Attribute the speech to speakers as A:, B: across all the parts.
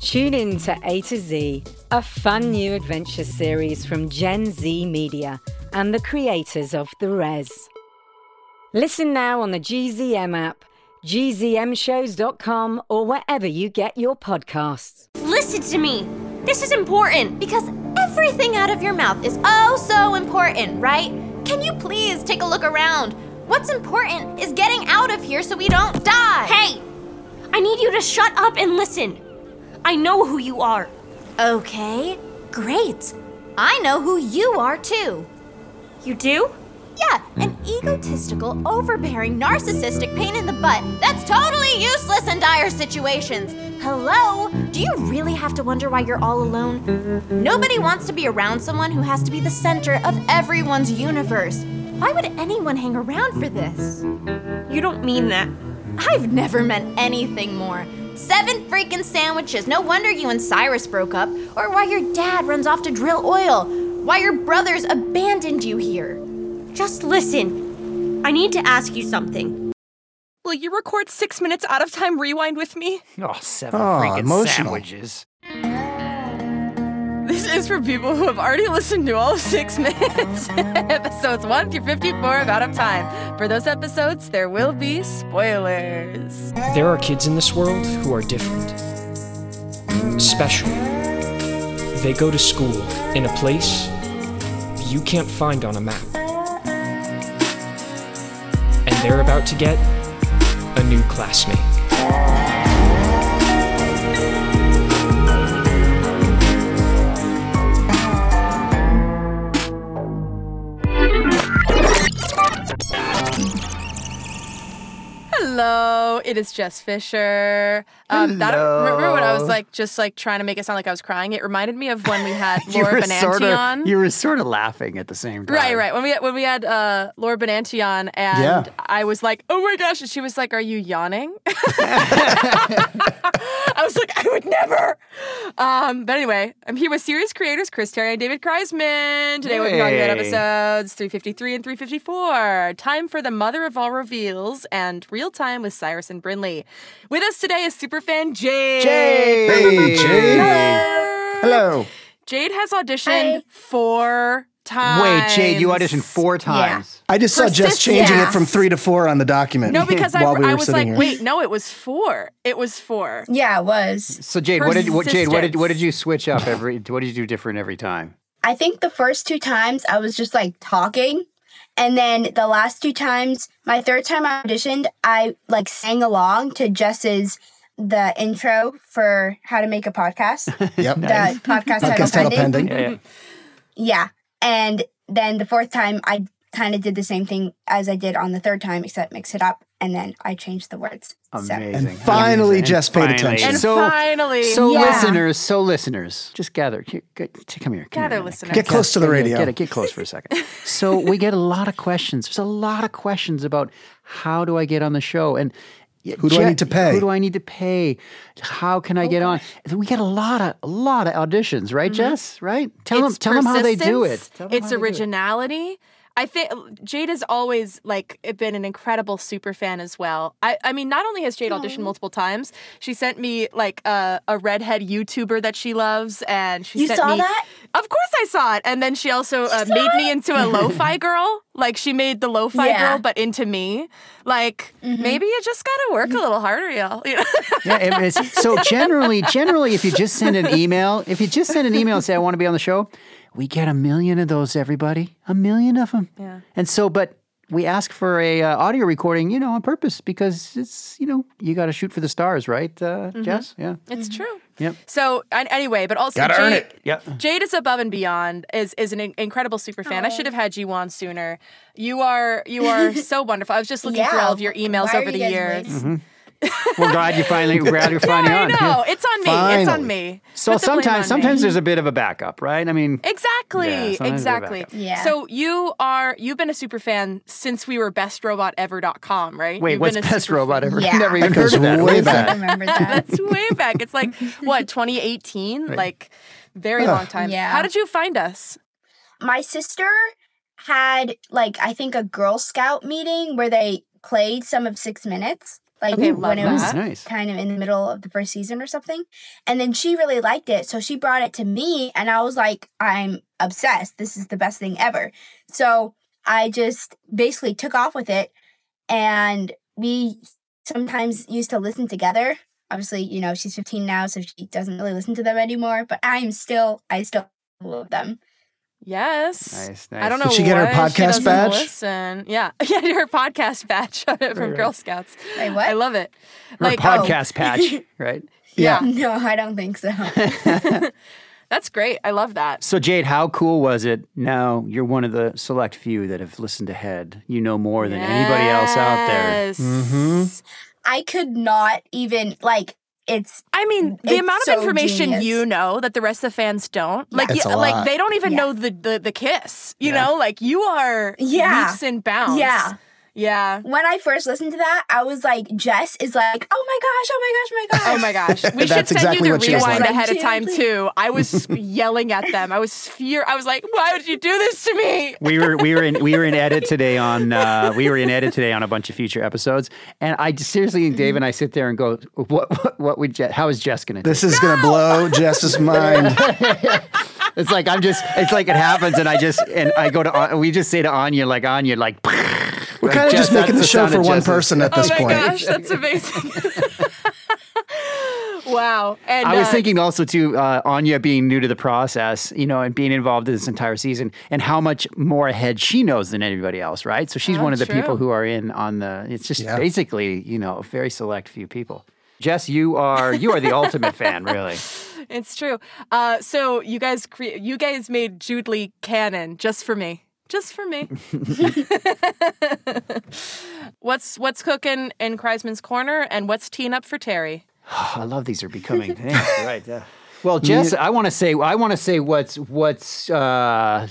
A: Tune in to A to Z, a fun new adventure series from Gen Z Media and the creators of The Res. Listen now on the GZM app, gzmshows.com, or wherever you get your podcasts.
B: Listen to me. This is important because everything out of your mouth is oh so important, right? Can you please take a look around? What's important is getting out of here so we don't die. Hey, I need you to shut up and listen. I know who you are. Okay, great. I know who you are too. You do? Yeah, an egotistical, overbearing, narcissistic pain in the butt that's totally useless in dire situations. Hello? Do you really have to wonder why you're all alone? Nobody wants to be around someone who has to be the center of everyone's universe. Why would anyone hang around for this? You don't mean that. I've never meant anything more. Seven freaking sandwiches. No wonder you and Cyrus broke up, or why your dad runs off to drill oil, why your brothers abandoned you here. Just listen. I need to ask you something.
C: Will you record six minutes out of time rewind with me?
D: Oh, seven
E: Ah,
D: freaking
E: emotional.
D: sandwiches.
C: This is for people who have already listened to all six minutes, episodes 1 through 54 of Out of Time. For those episodes, there will be spoilers.
F: There are kids in this world who are different, special. They go to school in a place you can't find on a map. And they're about to get a new classmate.
C: Hello, it is Jess Fisher. Um, that remember when I was like just like trying to make it sound like I was crying? It reminded me of when we had Laura Benanti
D: sort
C: on.
D: of, you were sort of laughing at the same time.
C: Right, right. When we when we had uh, Laura Benanti on, and
E: Yeah.
C: I was like, "Oh my gosh!" and she was like, "Are you yawning?" I was like, "I would never." Um, but anyway, I'm here with series creators Chris Terry and David Kreisman. Today we're talking about
D: Hey.
C: episodes 353 and 354. Time for the mother of all reveals and real time with Cyrus and Brinley. With us today is superfan Jade.
D: Jade.
E: Hey, Jade. Hello.
C: Jade has auditioned four times.
D: Wait, Jade, you auditioned four times.
E: I just saw Jess
C: Persistence.
E: changing it from three to four on the document.
C: No, because I,
E: while we
C: I
E: were
C: was
E: sitting
C: like,
E: here.
C: wait, no, it was four. It was four.
G: Yeah, it was.
D: So Jade, what did what Jade, what did what
C: Persistence.
D: did you switch up every? What did you do different every time?
G: I think the first two times I was just like talking. And then the last two times, my third time I auditioned, I like sang along to Jess's the intro for how to make a podcast.
E: Yep.
G: the podcast, title
E: Podcast title
G: pending.
E: pending.
D: Yeah, yeah.
G: Yeah. And then the fourth time I kind of did the same thing as I did on the third time, except mix it up and then I changed the words.
D: amazing.
E: And finally
D: amazing.
E: Jess paid
D: Finally.
E: attention.
C: And
D: so,
C: finally,
D: so
G: Yeah.
D: listeners, so listeners, just gather. Get, get- t- come here. Come
C: Gather,
D: here,
C: listeners.
E: Get close to the radio.
D: Get, get close for a second. so we get a lot of questions. There's a lot of questions about how do I get on the show and
E: Who do I need to pay?
D: Who do I need to pay? How can I get on? We get a lot of a lot of auditions, right, Jess? Right? Tell them
C: Mm-hmm. it's
D: tell them how they do it.
C: persistence,
D: Tell 'em how
C: It's
D: they do it.
C: originality. I think Jade has always like been an incredible super fan as well. I, I mean, not only has Jade auditioned multiple times, she sent me like a a redhead YouTuber that she loves, and she
G: You
C: sent
G: saw
C: me-
G: that?
C: Of course, I saw it. And then she also uh, made me into a lo-fi girl. Like she made the lo-fi
G: Yeah.
C: girl, but into me. Like maybe you just gotta work a little harder, y'all. You know?
D: Mm-hmm. Yeah, it- it's- so generally, generally, if you just send an email, if you just send an email and say I want to be on the show, we get a million of those. Everybody, a million of them. Yeah. And so, but we ask for a uh, audio recording, you know, on purpose because it's you know you got to shoot for the stars, right, uh, Jess? Yeah.
C: Mm-hmm. It's
G: Mm-hmm.
C: true.
D: Yep.
C: So an- anyway, but also
E: Gotta
C: Jade,
E: earn it.
D: Yeah.
C: Jade is above and beyond. is is an in- incredible super fan. I should have had you on sooner. You are you are so wonderful. I was just looking through all of your emails
G: Why are
C: over
G: you
C: the
G: guys
D: Mm-hmm.
C: years.
G: late?
D: Well, glad you finally, glad you're finally
C: I
D: on.
C: know. It's on me. It's on
E: Finally.
C: me.
D: So
C: Put the blame on
D: sometimes,
C: me.
D: sometimes there's a bit of a backup, right? I mean,
C: Exactly.
D: Yeah, sometimes they're
C: exactly.
D: backup.
G: Yeah.
C: So you are you've been a super fan since we were bestrobotever.com, right?
D: wait,
C: You've
D: what's
C: been a
D: best
C: super-
D: robot ever?
G: Yeah.
D: Never even
E: That
D: heard
E: goes
D: of that. What
E: way
D: is
E: back.
G: I
D: that?
G: remember that.
C: It's way back. It's like what, 2018? Like very long time.
G: Yeah.
C: How did you find us?
G: my sister had like I think a Girl Scout meeting where they played some of Six Minutes, like
C: Okay, love
G: when it was
C: that.
D: Nice.
G: kind of in the middle of the first season or something. And then she really liked it, so she brought it to me, and I was like, I'm obsessed. This is the best thing ever. So I just basically took off with it, and we sometimes used to listen together. Obviously, you know, she's 15 now, so she doesn't really listen to them anymore, but I'm still, I still love them.
C: Yes.
D: Nice,
C: I don't
D: nice.
C: know.
E: Did she get her
C: why she
E: podcast
C: doesn't
E: badge?
C: Listen. Yeah. Yeah, her podcast badge from
D: right.
C: Girl Scouts.
G: Wait, what?
C: I love it.
D: Or a
C: Like oh,
D: podcast patch, right?
C: yeah.
G: No, I don't think so.
C: That's great. I love that.
D: So Jade, how cool was it? Now you're one of the select few that have listened ahead. You know more than anybody else out there. Mm-hmm.
C: Yes.
E: Mhm.
G: I could not even like it's
C: I mean, the
G: It's
C: amount of
G: so
C: information
G: genius.
C: you know that the rest of the fans don't. Like,
E: It's
C: yeah,
E: a
C: like
E: lot.
C: they don't even
G: Yeah.
C: know the, the the kiss. You
D: Yeah.
C: know, like you are
G: Yeah.
C: leaps and bounds.
G: Yeah.
C: yeah.
G: when I first listened to that, I was like, Jess is like, oh my gosh, oh my gosh, oh my gosh.
C: Oh my gosh. We should send
E: That's exactly
C: you
E: what
C: the
E: she was
C: rewind
G: like.
C: ahead of time
G: Jade.
C: too. I was yelling at them. I was fear. I was like, why would you do this to me?
D: we were we were in we were in edit today on uh, we were in edit today on a bunch of future episodes, and I just- seriously think Dave and I sit there and go, what what, what would Je- how is Jess going to?
E: This is gonna blow Jess's mind.
D: It's like I'm just. It's like it happens, and I just and I go to. An- We just say to Anya like Anya like.
E: We're kind of just making the show for one person at this
C: oh my
E: point.
C: gosh, that's amazing. wow. And
D: I was
C: uh,
D: thinking also too, uh, Anya being new to the process, you know, and being involved in this entire season, and how much more ahead she knows than anybody else, right? So she's
C: Oh,
D: one of the
C: true.
D: people who are in on the. It's just
E: Yeah.
D: basically, you know, a very select few people. Jess, you are you are the ultimate fan, really.
C: It's true. Uh, so you guys, cre- you guys made Jude Lee canon just for me, just for me. what's what's cooking in Kreisman's corner, and what's teeing up for Terry?
D: Oh, I love these are becoming things, right? yeah. Well, Jess, I want to say I want to say what's what's uh,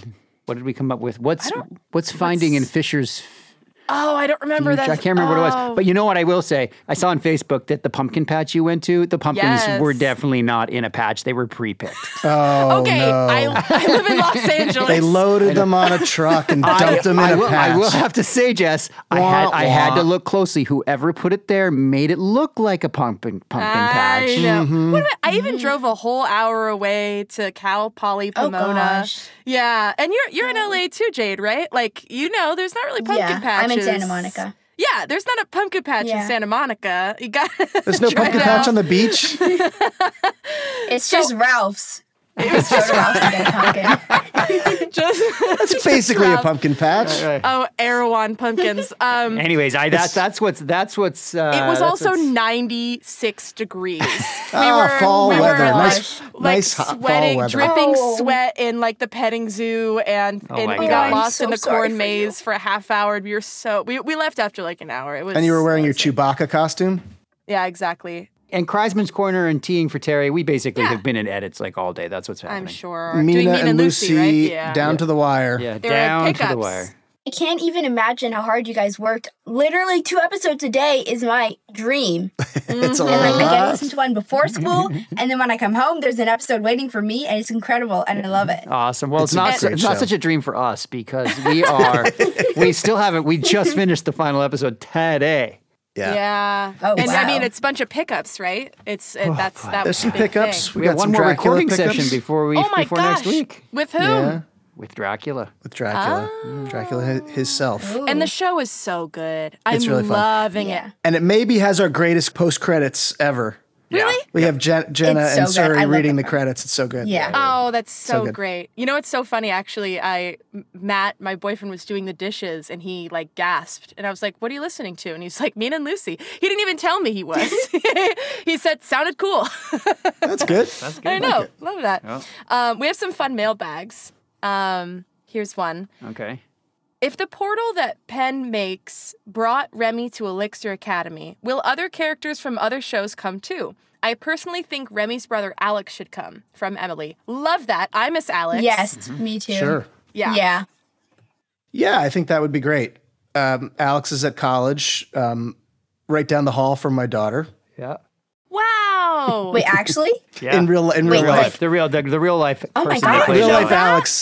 D: what did we come up with? What's what's finding in Fisher's
C: Oh, I don't remember that.
D: I can't remember what it
C: oh.
D: was. But you know what I will say? I saw on Facebook that the pumpkin patch you went to, the pumpkins
C: Yes.
D: were definitely not in a patch. They were pre-picked.
E: Oh
C: okay,
E: no!
C: I, I live in Los Angeles.
E: they loaded them on a truck and dumped them in
D: I
E: a
D: will, I
E: patch.
D: will have to say, Jess, I had I had to look closely. Whoever put it there made it look like a pumpkin pumpkin patch.
C: I know.
E: Mm-hmm.
C: What am I, I
G: Mm-hmm.
C: even drove a whole hour away to Cal Poly Pomona.
G: Oh, gosh. Oh.
C: Yeah, and you're you're in LA too, Jade, right? Like you know, there's not really pumpkin
G: Yeah, I'm
C: patches.
G: in Santa Monica.
C: Yeah, there's not a pumpkin patch in
G: Yeah.
C: Santa Monica. You got
E: There's no pumpkin patch on the beach.
G: It's just Ralph's. It's just Ralph's to get a pumpkin.
C: just
E: It's basically a
C: Ralph's.
E: pumpkin patch.
C: oh Erewhon pumpkins. Um,
D: Anyways, I that's that's what's that's what's. Uh,
C: it was
D: that's
C: also
D: what's-
C: 96 degrees. We
E: Ah, fall
C: we
E: weather.
C: were,
E: Nice-
C: like,
E: nice hot
C: sweating,
E: fall weather.
C: dripping
G: Oh.
C: sweat in like the petting zoo, and
D: Oh
C: and
D: my
C: we
D: God.
C: got
D: I'm
C: lost
G: so
C: in the
G: sorry
C: corn
G: for
C: maze for a half hour. We were so we, we left after like an hour. It was
E: And you were wearing your Chewbacca costume.
C: yeah exactly.
D: and Kreisman's corner and teeing for Terry. We basically have been in edits like all day. That's what's happening.
C: I'm sure
E: Mina,
C: doing Mina
E: and Lucy,
C: right? Yeah.
E: down to the wire.
D: Yeah,
C: There are
D: down to the
C: pickups.
D: wire.
G: I can't even imagine how hard you guys worked. Literally, two episodes a day is my dream.
E: It's a
G: And like, I get to
E: lot.
G: listen to one before school, and then when I come home, there's an episode waiting for me, and it's incredible, and I love it.
D: Awesome. Well, it's,
E: It's a
D: not
E: great
D: it's not
E: show.
D: such a dream for us because we are we still haven't we just finished the final episode today.
E: Yeah.
C: Yeah.
G: Oh,
C: and I
G: wow.
C: mean, it's a bunch of pickups, right? It's it, that's that.
E: Oh, There's
C: was
E: some
C: the big
E: pickups.
C: thing.
D: We,
E: We,
D: have
E: got
D: one
E: some
D: more
E: Dracula
D: recording
E: pickups.
D: session before we
C: Oh my
D: before
C: gosh!
D: next week
C: With whom?
E: Yeah,
D: with Dracula.
E: with Dracula. Dracula hi- himself.
C: And the show is so good. I'm
E: It's really fun.
C: loving it.
E: And it maybe has our greatest post credits ever.
C: Really?
E: We have Jen- Jenna
G: It's so
E: and
G: good.
E: Suri
G: I love
E: reading
G: that
E: the
G: part.
E: credits. It's so good.
G: Yeah.
C: Oh, that's so,
E: good.
C: great. You know, it's so funny actually. I M- Matt, my boyfriend was doing the dishes and he like gasped and I was like, "What are you listening to?" And he's like, "Mean and Lucy." He didn't even tell me he was. he said sounded cool.
E: That's good.
C: I know. Love that. Um, we have some fun mailbags. Um, here's one.
D: Okay.
C: If the portal that Penn makes brought Remy to Elixir Academy, will other characters from other shows come too? I personally think Remy's brother Alex should come from Emily. Love that. I miss Alex.
G: Yes,
E: Mm-hmm.
G: me too.
E: Sure.
C: Yeah.
G: Yeah.
E: Yeah, I think that would be great. Um, Alex is at college, um, right down the hall from my daughter.
D: Yeah.
C: Wow.
G: Wait, actually?
D: Yeah.
E: In real, in real
G: Wait,
E: life,
D: The real the, the real life
G: Oh my
D: person that
G: God.
D: plays
E: real life
D: Alex.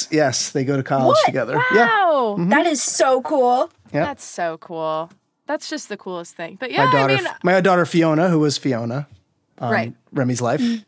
E: Alex. Yes, they go to college
G: What?
E: together. Yeah, Mm-hmm.
C: Wow.
G: That is so cool.
C: That's so cool. That's just the coolest thing. But yeah,
E: my daughter,
C: I mean,
E: my daughter Fiona, who was Fiona, on
C: Right.
E: Remy's life.
G: Mm-hmm.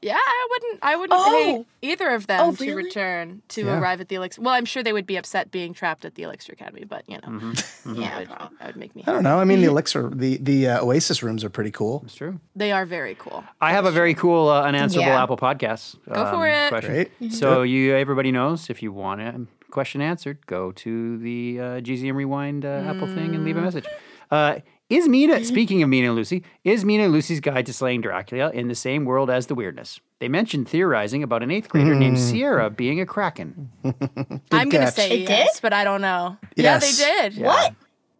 D: Yeah.
C: yeah, I wouldn't, I wouldn't hate either of them
G: Oh,
C: to
G: really?
C: return to
E: Yeah.
C: arrive at the Elixir. Well, I'm sure they would be upset being trapped at the Elixir Academy, but you know,
D: Mm-hmm.
E: Mm-hmm.
B: Yeah.
C: that, would, that would make me.
E: I don't know. I mean, the elixir, the the uh, Oasis rooms are pretty cool.
D: It's true.
C: They are very cool.
D: I have a very cool uh, unanswerable
G: Yeah.
D: Apple Podcasts.
C: Go for it.
D: Question.
E: Great.
D: So you, everybody knows if you want a question answered, go to the uh, GZM Rewind uh, Apple thing and leave a message. Uh, is Mina speaking of Mina and Lucy? Is Mina and Lucy's guide to slaying Dracula in the same world as the weirdness? They mentioned theorizing about an eighth grader
E: Hmm.
D: named Sierra being a kraken.
C: I'm going to
E: catch.
C: say
G: It
C: yes,
G: did?
C: but I don't know.
E: Yes.
C: Yeah, they did.
D: What?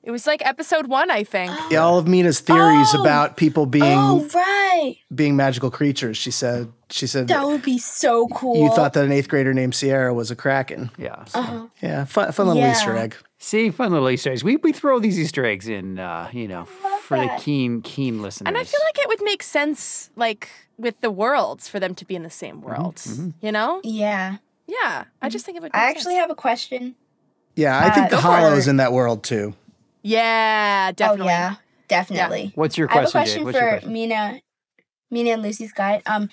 C: It was like episode one, I think.
E: Yeah, all of Mina's theories
G: Oh.
E: about people being
G: Oh, right.
E: being magical creatures. She said. She said.
G: That would be so cool. Uh-huh.
E: You thought that an eighth grader named Sierra was a kraken.
D: Yeah.
E: Yeah, fun, fun little
G: Yeah.
E: Easter egg.
D: See, fun little Easter eggs. We, we throw these Easter eggs in, uh, you know, for the keen keen listeners.
C: And I feel like it would make sense, like with the worlds, for them to be in the
E: Mm-hmm.
C: same world.
D: Mm-hmm.
C: You know?
G: Yeah.
C: Yeah. I just think it would. Make
G: I actually
C: sense.
G: have a question.
E: Yeah, I think
G: Uh,
E: the
G: go for
E: hollow's
G: it.
E: in that world too.
C: Yeah, definitely.
G: Oh yeah, definitely.
D: What's your
G: I have a
D: question,
G: question
D: Jade?
G: for
D: What's your question?
G: Mina, Mina and Lucy's guide. Um,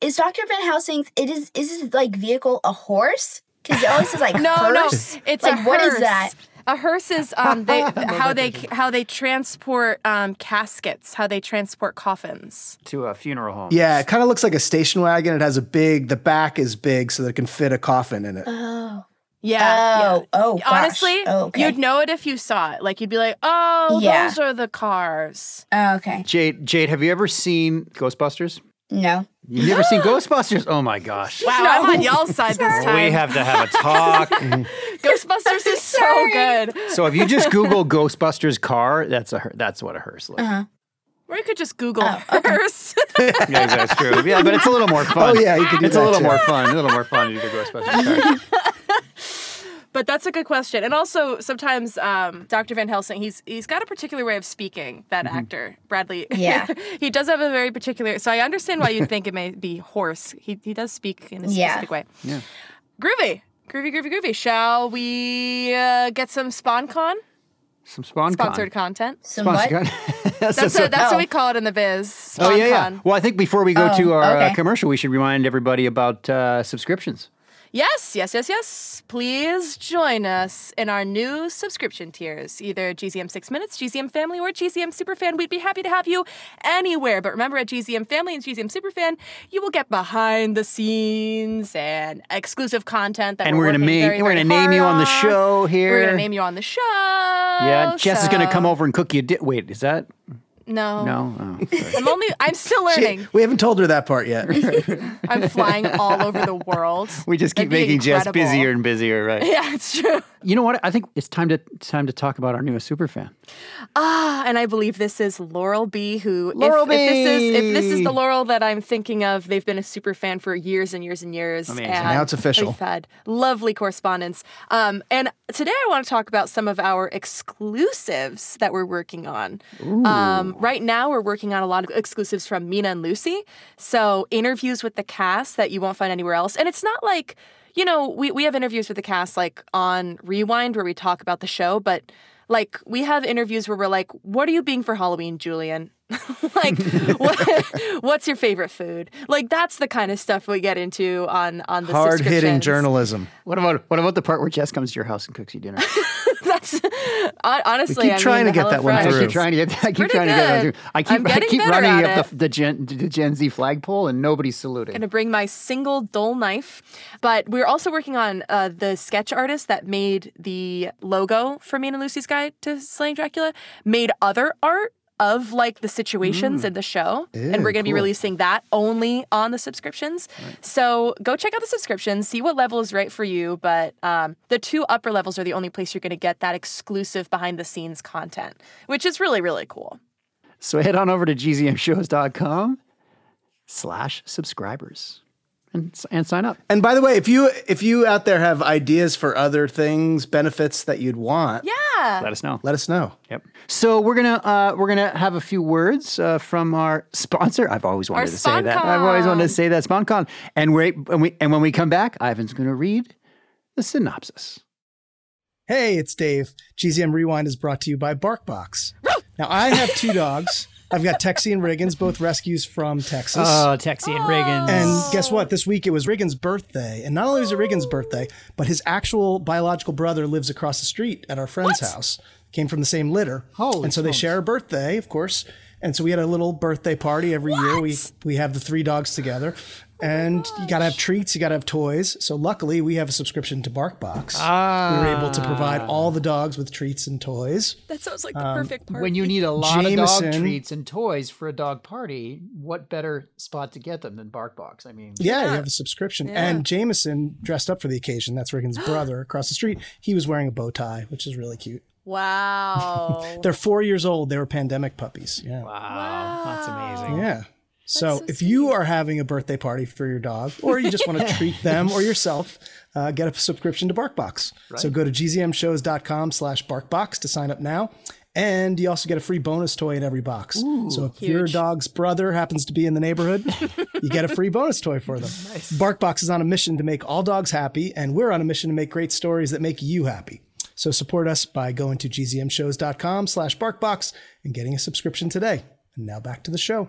G: is Doctor Van Helsing's? It is. Is his like vehicle a horse? Because it always says like
C: No,
G: hearse.
C: no, it's a
G: like what is
C: hearse.
G: that?
C: A hearse is um, they how they how they transport um, caskets, how they transport coffins.
D: To a funeral home.
E: Yeah, it kind of looks like a station wagon. It has a big. The back is big, so that it can fit a coffin in it.
G: Oh,
C: Yeah.
G: oh, oh. gosh.
C: Honestly,
G: oh, okay.
C: you'd know it if you saw it. Like you'd be like, "Oh,
G: Yeah.
C: those are the cars."
G: Oh, okay.
D: Jade, Jade, have you ever seen Ghostbusters?
G: No.
D: You've never seen Ghostbusters? Oh my gosh.
C: Wow, I'm on y'all's side this time.
D: We have to have a talk.
C: Ghostbusters is so
G: sorry.
C: good.
D: so if you just Google Ghostbusters car, that's a hear- that's what a hearse looks.
G: Uh-huh. Oh,
C: Or you could just Google
G: okay.
C: hearse.
D: Yeah, that's true. Yeah, but it's a little more fun.
E: Oh yeah, you could do
D: it's
E: that
D: a little
E: too.
D: more fun. A little more fun to do the Ghostbusters car.
C: But that's a good question. And also sometimes um, Dr. Van Helsing, he's he's got a particular way of speaking, that
D: Mm-hmm.
C: actor, Bradley.
G: Yeah.
C: he does have a very particular so I understand why you think it may be hoarse. He he does speak in a
G: Yeah.
C: specific way. Yeah. Groovy. Groovy, groovy, groovy. Shall we uh, get some SpawnCon?
D: Some spawn
C: Sponsored content.
G: So
D: Sponsored
G: what?
D: con. that's
C: That's,
D: a-
C: what, that's
G: Oh.
C: what we call it in the biz. SpawnCon.
D: Oh yeah, yeah. Well, I think before we go
G: Oh,
D: to our uh,
G: okay.
D: commercial, we should remind everybody about uh, subscriptions.
C: Yes, yes, yes, yes. Please join us in our new subscription tiers, either GZM 6 Minutes, GZM Family, or GZM Superfan. We'd be happy to have you anywhere. But remember, at GZM Family and GZM Superfan, you will get behind the scenes and exclusive content that
D: and
C: we're,
D: we're gonna
C: working
D: make,
C: very,
D: we're
C: very
D: gonna name you
C: hard
D: on the show here.
C: We're going to name you on the show.
D: Yeah, Jess is gonna
C: Oh, so-
D: come over and cook you. Di- Wait, is that
C: No.
D: no? Oh, sorry.
C: I'm only, I'm still learning.
E: We haven't told her that part yet.
C: I'm flying all over the world.
D: we just keep
C: That'd be
D: making
C: incredible.
D: Jess busier and busier, right?
C: Yeah, it's true.
D: You know what? I think it's time to time to talk about our newest superfan.
C: Ah, and I believe this is Laurel B. Who, if-
D: Laurel
C: if, this is if this is
D: B.
C: the Laurel that I'm thinking of, they've been a super fan for years and years and years.
D: Amazing.
C: And
E: Now it's official.
C: We've had lovely correspondence. Um, and today I want to talk about some of our exclusives that we're working on. Um, right now we're working on a lot of exclusives from Mina and Lucy. So interviews with the cast that you won't find anywhere else, and it's not like. You know, we, we have interviews with the cast like on Rewind where we talk about the show, but like we have interviews where we're like what are you being for halloween julian like what, what's your favorite food like that's the kind of stuff we get into on on the
E: Hard hitting
C: subscriptions.
E: journalism.
D: What about what about the part where Jess comes to your house and cooks you dinner?
C: that's hon- honestly
E: keep
C: I
E: trying
C: mean,
E: to get that one
D: I
C: HelloFresh-
E: True.
D: keep trying to get I keep
C: pretty
D: trying to get
C: good.
D: I
C: I'm
D: keep I
C: getting
D: keep
C: better
D: running
C: at
D: up the, the Gen the Gen Z flagpole and nobody's saluting.
C: gonna bring my single dull knife. But we're also working on uh, the sketch artist that made the logo for Me and Lucy's Guide to Slaying Dracula made other art of like the situations in the show, and we're going to be releasing that only on the subscriptions. So go check out the subscriptions, see what level is right for you. But um, the two upper levels are the only place you're going to get that exclusive behind the scenes content, which is really really cool.
D: So head on over to gzmshows.com slash subscribers and, s- and sign up.
H: And by the way, if you if you out there have ideas for other things, benefits that you'd want,
C: Yeah.
D: Let us know.
H: let us know.
D: Yep. So we're gonna uh, we're gonna have a few words uh, from our sponsor. I've always wanted
C: Our
D: to say that. I've always wanted to say that SponCon. And we and we and when we come back, Ivan's gonna read the synopsis.
E: Hey, it's Dave. GZM Rewind is brought to you by BarkBox. Now, I have two dogs. I've got Texie and Riggins, both rescues from Texas.
I: Oh,
E: Oh.
J: Texie and Reagan.
E: and guess what? This week it was Riggins' birthday. And not only was it Riggins' birthday, but his actual biological brother lives across the street at our friend's house. Came from the same litter.
I: Holy
E: and so they
I: smokes.
E: share a birthday, of course. And so we had a little birthday party every year. We we have the three dogs together. And you gotta have treats, you gotta have toys. So luckily we have a subscription to BarkBox. We were able to provide all the dogs with treats and toys.
C: That sounds like the perfect part.
I: When you need a lot of dog
E: um, Jameson.
I: treats and toys for a dog party, what better spot to get them than BarkBox? I mean,
E: Yeah, you have a subscription. And Jameson dressed up for the occasion. That's Riggins' brother across the street. He was wearing a bow tie, which is really cute.
C: Wow.
E: They're four years old. They were pandemic puppies. Yeah.
D: Wow, that's amazing.
E: Yeah. So, if you are having a birthday party for your dog, or you just want to treat them or yourself, uh, get a subscription to BarkBox. So go to gzmshows.com slash BarkBox to sign up now. And you also get a free bonus toy in every box. so if your dog's brother happens to be in the neighborhood, you get a free bonus toy for them. BarkBox is on a mission to make all dogs happy, and we're on a mission to make great stories that make you happy. So support us by going to gzmshows.com slash BarkBox and getting a subscription today. And now back to the show.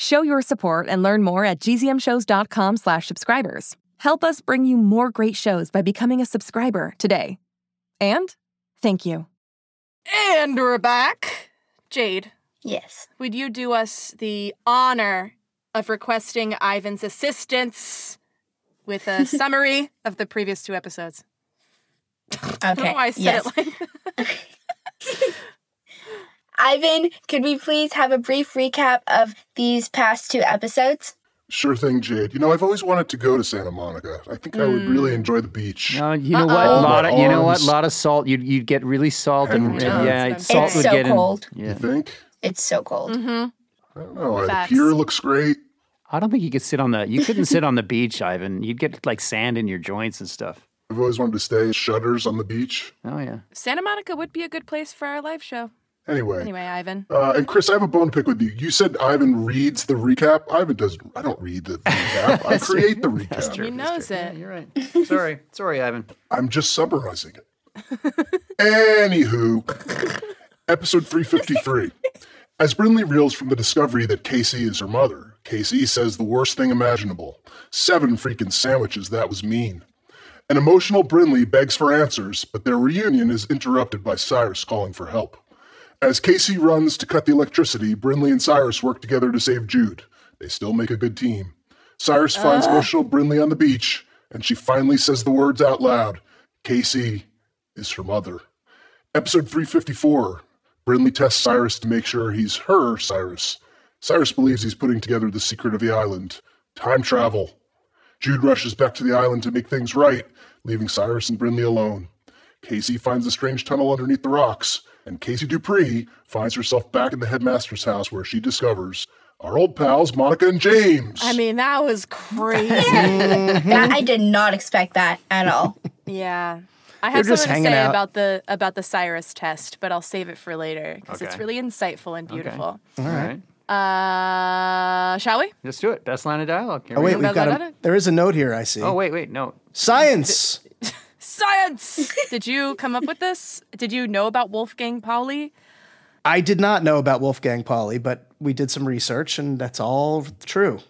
C: Show your support and learn more at gzmshows.com slash subscribers. Help us bring you more great shows by becoming a subscriber today. And thank you. And we're back. Jade,
G: Yes.
C: would you do us the honor of requesting Ivan's assistance with a summary of the previous two episodes?
G: Okay.
C: I don't know why I said
G: yes.
C: it like that.
G: Ivan, could we please have a brief recap of these past two episodes?
K: Sure thing, Jade. You know, I've always wanted to go to Santa Monica. I think I would really enjoy the beach.
D: No, Hmm. you know what?
C: Uh-oh.
D: Lot of, you know what?
K: Arms.
D: Lot of salt. You'd you'd get really salt and, and
C: Yeah.
D: yeah,
C: It's
D: salt
G: It's
D: would
G: so
D: get in.
G: cold.
K: You
D: Yeah.
K: think?
G: It's so cold.
K: I don't
D: Oh,
K: know. Oh, The
C: Mm-hmm. Facts.
K: pier looks great.
D: I don't think you could sit on the you couldn't sit on the beach, Ivan. You'd get like sand in your joints and stuff.
K: I've always wanted to stay shutters on the beach.
D: Oh yeah.
C: Santa Monica would be a good place for our live show.
K: Anyway.
C: Anyway, Ivan.
K: Uh, and Chris, I have a bone to pick with you. You said Ivan reads the recap. Ivan doesn't. I don't read the recap. I create the recap.
C: He knows it.
D: You're right. Sorry. Sorry, Ivan.
K: I'm just summarizing it. Anywho, episode 353. As Brinley reels from the discovery that Casey is her mother, Casey says the worst thing imaginable. Seven freaking sandwiches, that was mean. An emotional Brinley begs for answers, but their reunion is interrupted by Cyrus calling for help. As Casey runs to cut the electricity, Brinley and Cyrus work together to save Jude. They still make a good team. Cyrus finds emotional Brinley on the beach, and she finally says the words out loud Casey is her mother. Episode 354 Brinley tests Cyrus to make sure he's her Cyrus. Cyrus believes he's putting together the secret of the island time travel. Jude rushes back to the island to make things right, leaving Cyrus and Brinley alone. Casey finds a strange tunnel underneath the rocks, and Casey Dupree finds herself back in the headmaster's house where she discovers our old pals Monica and James.
C: I mean, that was crazy.
G: That, I did not expect that at all.
C: yeah. I have
H: They're just
C: something to
H: hanging
C: say
H: out.
C: about the about the Cyrus test, but I'll save it for later because it's
D: Okay.
C: really insightful and beautiful.
D: All right.
C: Uh, shall we?
D: Let's do it. Best line of dialogue. Here
H: Oh
D: we
H: wait,
D: go.
H: we've got
C: Got
H: a,
C: it?
H: there is a note here. I see.
D: Oh wait, wait, no.
H: Science.
C: Science. Did you come up with this? Did you know about Wolfgang Pauli?
H: I did not know about Wolfgang Pauli, but
E: we did some research, and that's all true.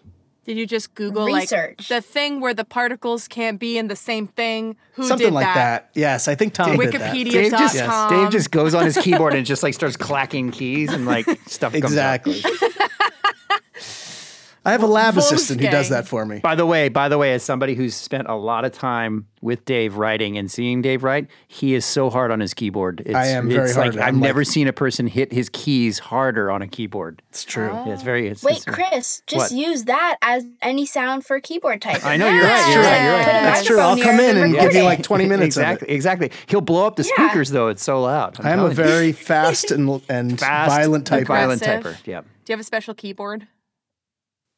C: Did you just Google
G: Research.
C: like the thing where the particles can't be in the same thing? Who
E: Something
C: did
E: like that. Yes, I think Tom did that.
C: Wikipedia.
D: Dave just,
C: Yes.
D: Dave just goes on his keyboard and just like starts clacking keys and like stuff comes out.
E: Exactly. I have a lab assistant who does
C: Wolfgang.
E: that for me.
D: By the way, by the way, as somebody who's spent a lot of time with Dave writing and seeing Dave write, he is so hard on his keyboard. It's,
E: I am very
D: it's
E: hard.
D: Like, I've
E: I'm like-
D: never seen a person hit his keys harder on a keyboard.
E: It's true.
D: Yeah, it's very. It's,
G: Oh. Wait,
D: it's-
G: Chris, just
D: What?
G: use that as any sound for keyboard typing.
D: I know you're right. You're right. You're right.
G: Put a
E: That's true. I'll
G: microphone
E: come
G: there
E: in and give you
G: record
E: like
G: it.
E: 20 minutes of it.
D: exactly. Exactly. He'll blow up the
G: Yeah.
D: speakers though. It's so loud. I'm
E: I am a
D: telling you.
E: very fast and, and
D: Fast
E: violent
D: and
E: typer.
D: Violent
C: Aggressive.
D: typer. Yeah.
C: Do you have a special keyboard?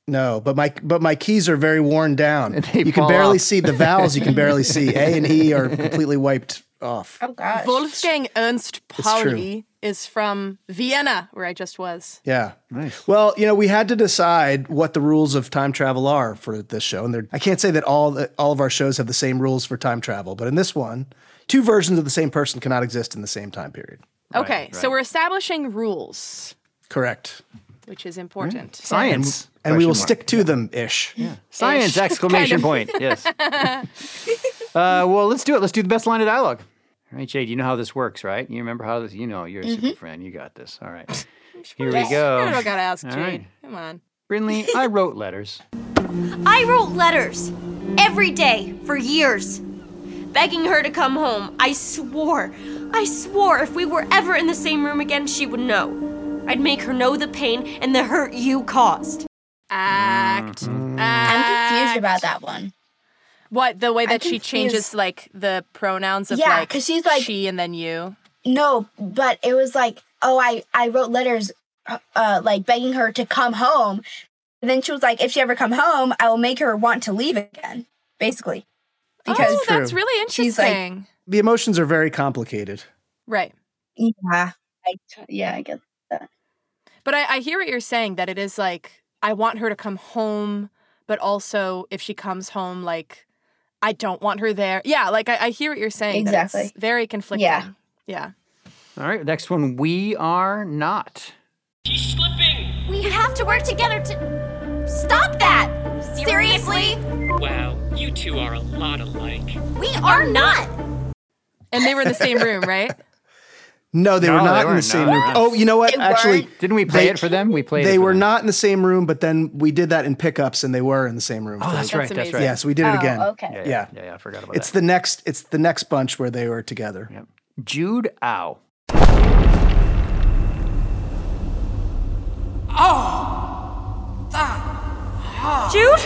E: No, but my but my keys are very worn down.
D: And they
E: you can
D: fall
E: barely
D: off.
E: see the vowels. You can barely see A and E are completely wiped off.
G: Oh gosh.
C: Wolfgang Ernst
E: true.
C: Pauli is from Vienna, where I just was.
E: Yeah.
D: Nice.
E: Well, you know, we had to decide what the rules of time travel are for this show, and they're- I can't say that all the, all of our shows have the same rules for time travel, but in this one, two versions of the same person cannot exist in the same time period.
C: okay, so we're establishing rules,
E: Correct.
C: which is important.
E: Mm.
D: Science.
E: And we will
D: Question mark.
E: stick to them ish.
D: Science! Exclamation point. Yes. uh, well, let's do it. Let's do the best line of dialogue. All right, Jade. You know how this works, right? You remember how this? You know, you're a super friend. You got this. All right. Here we
C: Mm-hmm. I don't know, I
D: go.
C: gotta ask Jade.
D: right.
C: Come on.
D: Brinley, I wrote letters.
L: I wrote letters every day for years, begging her to come home. I swore, I swore if we were ever in the same room again, she would know. I'd make her know the pain and the hurt you caused.
C: Act.
G: I'm
C: act.
G: confused about that one.
C: What the way that she
G: confused.
C: changes like the pronouns of
G: Yeah,
C: like
G: 'cause she's like-
C: she and then you.
G: No, but it was like, oh, I I wrote letters, uh, uh, like begging her to come home. And then she was like, if she ever come home, I will make her want to leave again, basically, because
C: oh, that's really
G: She's like-
C: interesting.
E: The emotions are very complicated.
C: right.
G: yeah, I, yeah, I guess.
C: But I, I hear what you're saying that it is like I want her to come home, but also if she comes home, like I don't want her there. Yeah, like I, I hear what you're saying. that it's
G: Exactly.
C: very conflicting.
G: Yeah.
C: Yeah.
D: All right. Next one. We are not.
L: We have to work together to stop that. Seriously,
M: Wow, you two are a lot alike.
L: we are not.
C: And they were in the same room, right?
E: No, they
D: No,
E: were
D: they
E: not in the
D: weren't.
E: same
D: No, they
E: room.
D: weren't.
E: Oh, you know what?
G: They
E: Actually,
G: weren't.
D: Didn't we play
E: They-
D: it for them? We played. it
E: they
D: for
E: were
D: them.
E: not in the same room, but then we did that in pickups, and they were in the same room.
D: Oh,
E: for
D: that's
E: the-
D: right. That's
C: amazing.
D: right.
E: Yeah, so we did it
G: Oh,
E: again.
G: okay.
D: Yeah. Yeah.
E: Yeah.
D: Yeah. yeah, I forgot about
E: It's
D: that.
E: the next. It's the next bunch where they were together.
D: Yep. Jude. Ow.
L: Jude?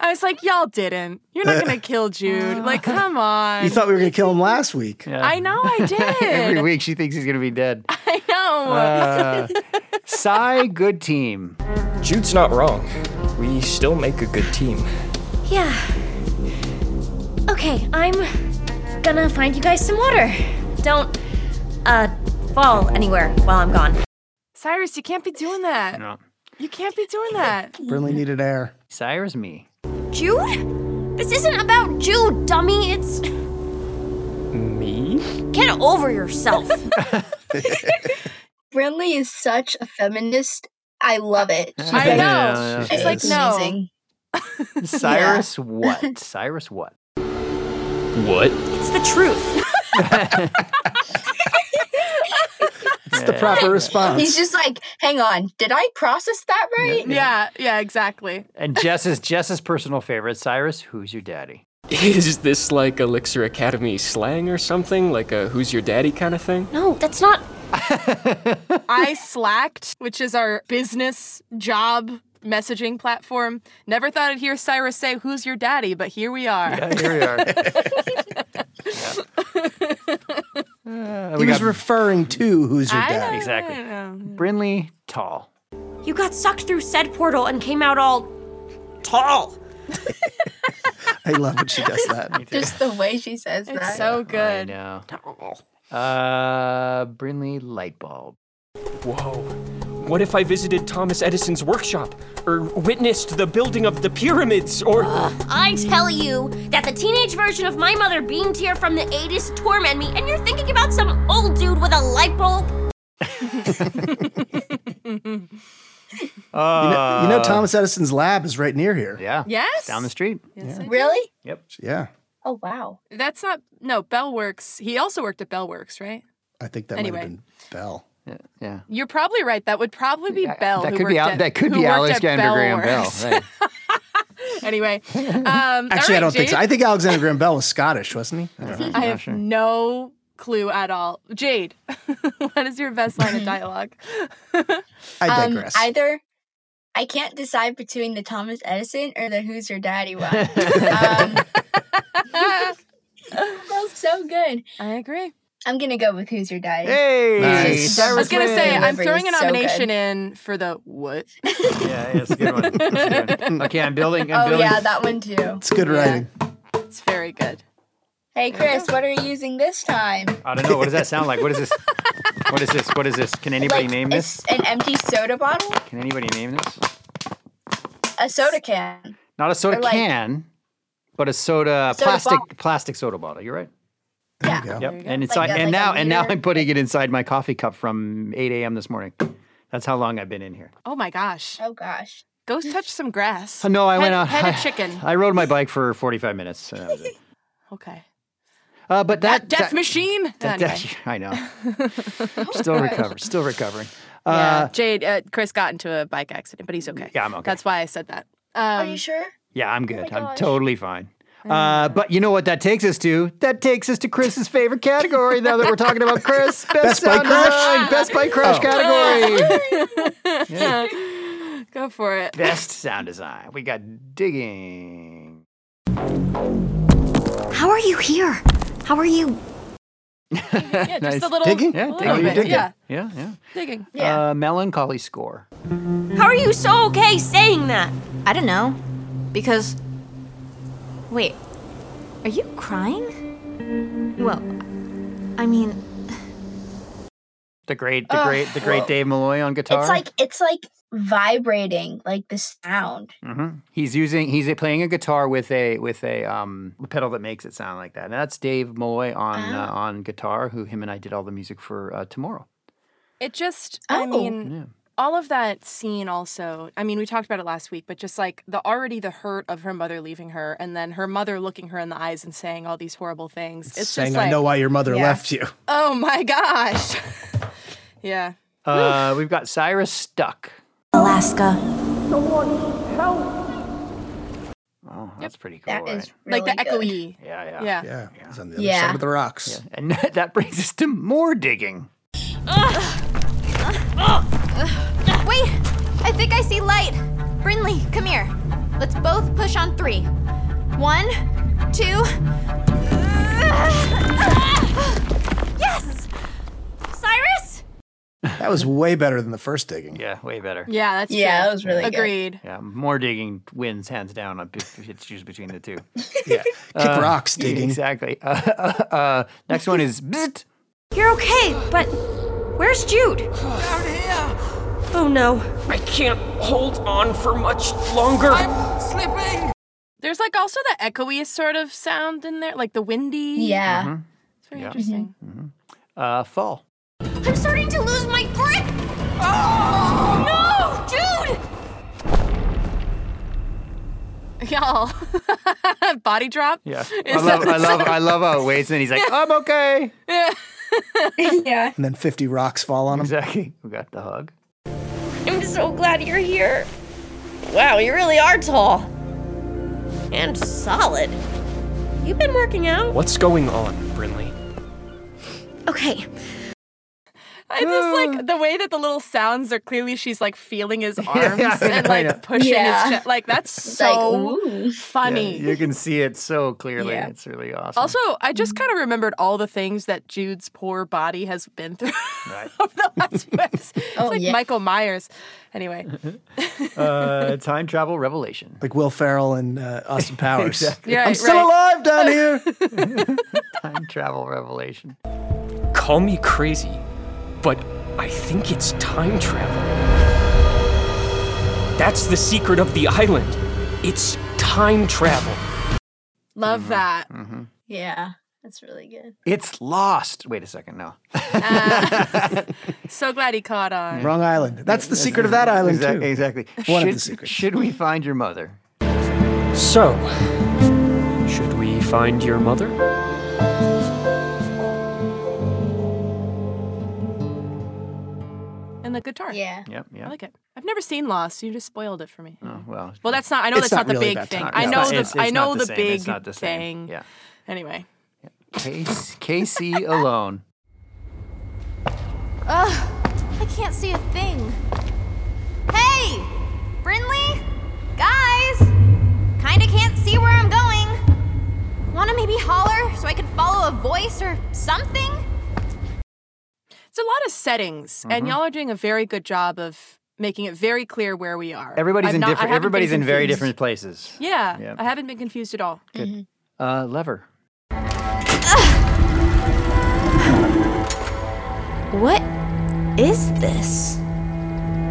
C: I was like, y'all didn't. You're not gonna kill Jude. Like, come on.
E: You thought we were going to kill him last week.
C: I know Oh, I did. Oh,
D: Every week she thinks he's gonna be dead.
C: I know.
D: Uh, Sigh. Good team.
F: Jude's not wrong. We still make a good team.
L: Yeah. Okay, I'm gonna find you guys some water. Don't, uh, fall anywhere while I'm gone.
C: Cyrus, you can't be doing that.
D: No.
C: You can't be doing that.
E: Brinley needed air.
D: Sire's me.
L: Jude? This isn't about Jude, dummy. It's.
F: Me?
L: Get over yourself.
G: Brinley is such a feminist. I love it. She's
C: I
D: Yeah,
G: like,
C: know.
D: yeah,
C: She's like,
G: it's
C: no.
G: amazing.
D: Cyrus what? Cyrus what?
F: What?
L: it's the truth.
E: It's the proper response.
G: He's just like, hang on, did I process that right?
C: Yeah, yeah, exactly.
D: And Jess's Jess's personal favorite, Cyrus, who's your daddy?
F: Is this like Elixir Academy slang or something? Like a who's your daddy kind of thing?
L: No, that's not.
C: I slacked, which is our business job messaging platform. Never thought I'd hear Cyrus say, Who's your daddy? But here we are.
D: Yeah, here we are. Yeah. Uh,
E: he
D: we
E: was
D: got
E: referring to who's your
C: I
E: daddy.
C: know.
D: exactly.
C: I know.
D: Brinley Tall.
L: You got sucked through said portal and came out all. tall.
E: I love when she does that.
G: Just the way she says
C: It's
G: that.
C: so
D: I
C: good.
D: know. Uh, Brinley Lightbulb.
F: Whoa. What if I visited Thomas Edison's workshop? Or witnessed the building of the pyramids? Or.
L: I tell you that the teenage version of my mother beamed here from the 80s torment me, and you're thinking about some old dude with a light bulb?
E: you, know, you know Thomas Edison's lab is right near here.
D: Uh, Yeah.
C: Yes.
D: Down the street.
C: Yes, I-
G: Really?
D: Yep.
E: Yeah.
G: Oh wow.
C: That's not no Bellworks. He also worked at Bellworks, right?
E: I think that might
C: Anyway.
E: have been Bell.
D: Yeah. yeah.
C: You're probably right. That would probably be Bell.
D: that
C: who
D: could be
C: worked
D: Al-
C: at-
D: that could
C: who
D: be
C: worked at
D: Alexander Graham Bell.
C: Bellworks.
D: Right.
C: anyway, um, actually,
E: Actually, I don't think so. I think Alexander Graham Bell was Scottish, wasn't he?
C: I have no clue at all. Jade, what is your best line of dialogue?
E: I
G: Um,
E: digress.
G: either I can't decide between the Thomas Edison or the Who's Your Daddy one. um, that's so good.
C: I agree.
G: I'm gonna go with Who's Your Daddy.
D: Hey,
E: Nice.
C: I was gonna say I'm throwing a
G: Delivery is so
C: nomination in for the what?
D: yeah, yeah, it's a good one. It's a good one. Okay, I'm building. I'm
G: oh
D: building.
G: yeah, that one too.
E: It's good writing.
C: It's very good.
G: Hey Chris, what are you using this time?
D: I don't know. What does that sound like? What is this? What is this? What is this? Can anybody
G: Like,
D: name this?
G: it's An empty soda bottle?
D: Can anybody name this?
G: A soda can.
D: Not a soda
G: Or like-
D: can, but a soda,
G: Soda
D: plastic
G: bottle.
D: plastic soda bottle. You're right.
G: Yeah.
D: Yep. And it's
G: Like a-
D: and
G: like a
D: now and now
G: liter.
D: I'm putting it inside my coffee cup from 8 a.m. this morning. That's how long I've been in here.
C: Oh my gosh.
G: Oh gosh.
C: Go touch some grass.
D: Oh, no, I
C: Head-
D: went out.
C: Head
D: I,
C: a chicken.
D: I rode my bike for 45 minutes. and that was it.
C: Okay.
D: Uh, but that,
C: Death
D: that-
C: machine.
D: that-
C: Anyway.
D: that- I know. Still recovering. Still recovering.
C: Yeah,
D: Uh,
C: Jade, uh, Chris got into a bike accident, but he's okay.
D: Yeah, I'm okay.
C: That's why I said that. Um,
G: Are you sure?
D: Yeah, I'm
C: Oh
D: good. I'm
G: gosh.
D: totally fine. Uh, but you know what that takes us to? That takes us to Chris's favorite category. Now that we're talking about Chris, best,
E: Best Buy
D: sound
E: Crush?
D: design, best bike crush
E: Oh.
D: category,
C: Go for it.
D: best sound design. We got digging.
L: How are you here? How are you?
C: Yeah,
D: Nice.
C: just a little
E: Digging?
C: a
D: Yeah,
C: little
D: digging.
C: bit.
D: Digging.
C: Yeah,
D: Yeah, yeah.
C: digging.
G: Yeah.
D: Uh, melancholy score.
B: How are you so okay saying that? I don't know. Because. Wait. Are you crying? Well, I mean.
D: The great, the great, the great Dave Malloy on guitar.
G: It's like it's like vibrating, like the sound.
D: Mhm. He's using he's playing a guitar with a with a um pedal that makes it sound like that. And that's Dave Malloy on
C: Oh.
D: uh, on guitar, who him and I did all the music for uh, tomorrow.
C: It just, I
G: Oh.
C: mean,
D: Yeah.
C: all of that scene also, I mean, we talked about it last week, but just like the already the hurt of her mother leaving her and then her mother looking her in the eyes and saying all these horrible things. It's
E: Saying
C: just like,
E: I know why your mother
G: Yeah.
E: left you.
C: oh my gosh. yeah.
D: Uh, we've got Cyrus Stuck.
B: Alaska.
D: Oh, that's pretty cool.
G: That is
D: right?
G: really
C: like the
G: good.
C: echoey.
D: yeah, yeah,
C: Yeah.
E: Yeah. He's on the other
G: Yeah.
E: side of the rocks.
D: And that brings us to more digging.
B: Wait! I think I see light! Brinley, come here. Let's both push on three. One, two. Yes! Cyrus?
E: That was way better than the first digging.
D: Yeah, way better. Yeah,
C: Yeah, that's
G: Yeah,
C: true.
G: that was really good.
C: Agreed.
D: more digging wins hands down. up if- if It's choose between the two. Uh,
E: Yeah. Kick rocks digging.
D: Exactly. Uh, uh, uh, next one is bzzzt.
L: You're okay, but where's Jude? Out here. Oh no.
M: I can't hold on for much longer.
C: There's like also the echoey sort of sound in there, like the windy.
G: Yeah.
C: It's very
D: Mm-hmm. Yeah.
C: interesting.
D: uh, fall.
B: I'm starting to lose my grip! Oh! No! Jude!
C: Y'all, body drop.
D: Yeah, I
C: Is
D: love,
C: that-
D: I love, I love how it waits, and then he's like, "I'm okay."
G: yeah.
E: And then 50 rocks fall on him.
D: Exactly. We got the hug.
L: I'm so glad you're here. Wow, you really are tall. And solid. You've been working out?
F: What's going on, Brinley?
L: Okay.
C: I just like the way that the little sounds are clearly she's like feeling his arms
D: yeah, I
C: and
D: know, I know.
C: like pushing
G: Yeah.
C: his chest. Like that's
G: It's like
C: so
G: ooh.
C: funny.
D: You can see it so clearly.
G: Yeah.
D: It's really awesome.
C: Also, I just kind of remembered all the things that Jude's poor body has been through
D: Right.
C: over the last few episodes. It's like
G: Oh, yeah.
C: Michael Myers. Anyway,
D: uh, time travel revelation.
E: Like Will Ferrell and uh, Austin Powers.
D: Exactly.
C: yeah,
E: I'm still
C: right.
E: alive down here.
D: Time travel revelation.
F: Call me crazy, but I think it's time travel. That's the secret of the island. It's time travel.
C: Love that.
G: Yeah. That's really good.
D: It's lost. Wait a second. No.
C: Uh, So glad he caught on.
E: Wrong island. That's the secret of that island,
D: Exac-
E: too.
D: Exactly.
E: One
D: should,
E: of the secrets.
D: Should we find your mother?
F: So, should we find your mother?
C: And the guitar.
G: Yeah.
D: Yep. Yeah.
C: I like it. I've never seen Lost. You just spoiled it for me.
D: Oh, well.
C: Well, that's not. I know
E: It's
C: that's not,
E: not
C: the
E: really
C: big
E: that
C: thing.
E: time.
C: I
D: It's
C: know
D: not-
C: the.
D: it's- it's
C: I know
D: not
C: the,
D: same.
C: big
D: It's not the same.
C: thing.
D: Yeah.
C: Anyway,
D: Case, Casey alone.
B: I can't see a thing. Hey! Brinley? Guys! Kinda can't see where I'm going. Wanna maybe holler so I can follow a voice or something?
C: it's a lot of settings,
D: Mm-hmm.
C: and y'all are doing a very good job of making it very clear where we are.
D: Everybody's
C: I've
D: in
C: not- I
D: different.
C: haven't been
D: Everybody's in very
C: confused.
D: different places.
C: Yeah,
D: Yep.
C: I haven't been confused at all.
D: Uh, lever.
L: What is this?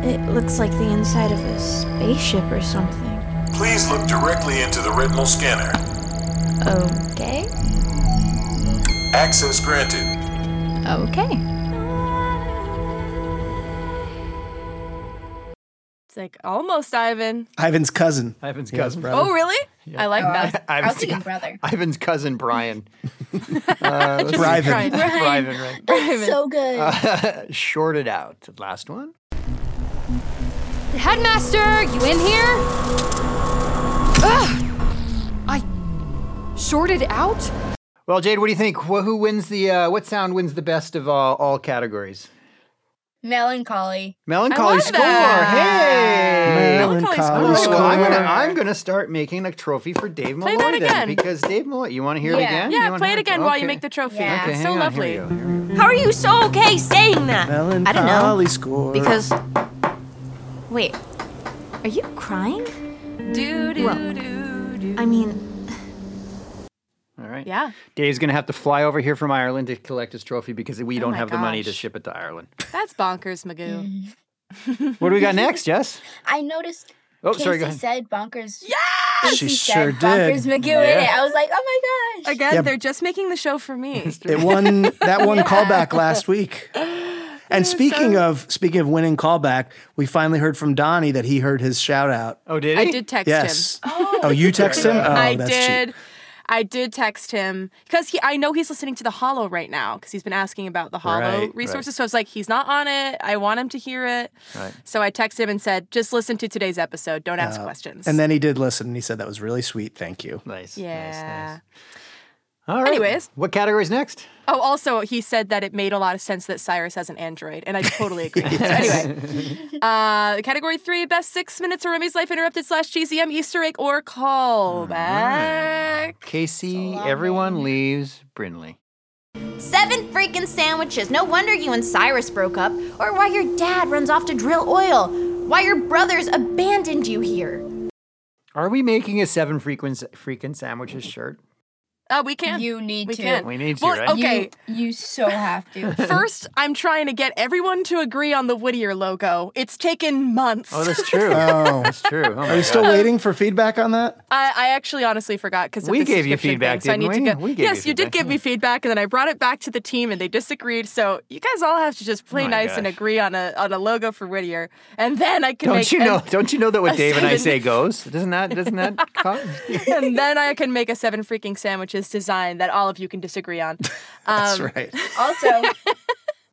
L: It looks like the inside of a spaceship or something.
N: Please look directly into the retinal scanner.
L: Okay.
N: Access granted.
L: Okay.
C: It's like almost Ivan.
E: Ivan's cousin.
D: Ivan's
E: Yes,
D: cousin. Uh,
E: brother.
C: Oh, really? I like that.
G: I was
D: Ivan's,
G: thinking brother.
D: Ivan's cousin Brian. uh, let's see.
E: Brivin.
D: Brian, right. Uh,
G: That's so good.
D: Shorted out. Last one.
B: Headmaster, you in here? Ugh! I. shorted out?
D: Well, Jade, what do you think? Wh- who wins the? Uh, what sound wins the best of all, all categories?
G: Melancholy.
D: Melancholy
C: love
D: score.
C: that.
D: Hey.
C: Melancholy
D: Oh,
C: Melancholy
D: so
C: score.
D: I'm gonna I'm gonna start making a trophy for Dave Malloy
C: that
D: then,
C: again.
D: because Dave Malloy. You want to hear it
G: Yeah.
D: again? You
C: Yeah,
D: wanna
C: play
D: hear
C: it again while
D: Okay.
C: you make the trophy.
G: Yeah.
D: Okay,
C: It's
D: hang
C: so
D: on. Here
C: lovely.
D: we go, here we go.
L: How are you so okay saying that? I don't know.
E: Melancholy score.
L: Because.
B: Wait, are you crying?
C: Do, do,
B: Well.
C: do, do.
B: I mean,
D: All right.
C: Yeah,
D: Dave's gonna have to fly over here from Ireland to collect his trophy because we don't
C: Oh my
D: have the money to
C: gosh.
D: ship it to Ireland.
C: that's bonkers, Magoo.
D: what do we got next, Jess?
G: Mm. I noticed
D: Oh,
G: Casey
D: sorry. Go ahead.
G: said bonkers. Yeah,
E: She sure did.
G: Bonkers McGoo in it. I was like, oh my gosh.
C: Again,
E: Yeah.
C: they're just making the show for me.
E: It won that one callback last week. And speaking of speaking of winning callback, we finally heard from Donnie that he heard his shout out.
D: Oh, did he?
C: I did text him.
E: yes. Oh, you text him? Oh,
C: I
E: that's
C: did.
E: cheap.
C: I did text him because he. I know he's listening to the Hollow right now because he's been asking about the Hollow
D: Right, right.
C: resources. So I was like, he's not on it. I want him to hear it.
D: Right.
C: So I texted him and said, just listen to today's episode. Don't ask questions.
E: Uh, And then he did listen and he said that was really sweet. Thank you.
D: Nice. Nice,
C: yeah.
D: nice. All right.
C: Anyways.
D: what category's next?
C: Oh, also he said that it made a lot of sense that Cyrus has an android, and I totally agree. so anyway, uh, category three: best six minutes of Remy's life interrupted slash GZM Easter egg or callback.
D: Casey, everyone leaves Brinley.
B: seven freaking sandwiches. No wonder you and Cyrus broke up, or why your dad runs off to drill oil, why your brothers abandoned you here.
D: Are we making a seven frequent freaking sandwiches shirt?
C: Uh, we can.
G: You need
C: we
G: to.
C: can.
D: We need to,
C: Well,
D: right?
C: okay.
G: You, you so have to.
C: First, I'm trying to get everyone to agree on the Whittier logo. It's taken months.
D: Oh, that's true.
E: Oh.
D: That's true. Oh my
E: Are you still
D: God.
E: waiting for feedback on that?
C: I, I actually honestly forgot because
D: We gave you feedback,
C: thing, so I need
D: didn't we?
C: to go.
D: We gave
C: yes,
D: you
C: you, did
D: feedback,
C: give me
D: yeah.
C: feedback, and then I brought it back to the team, and they disagreed. So you guys all have to just play
D: My
C: nice and
D: gosh.
C: agree on a on a logo for Whittier, and then I can
D: Don't
C: make
D: you know?
C: and,
D: Don't you know that what
C: a
D: Dave and I
C: seven-
D: say goes? Doesn't that? Doesn't that? co-
C: and then I can make a seven freaking sandwiches design that all of you can disagree on.
E: That's
C: Um,
E: right.
G: also,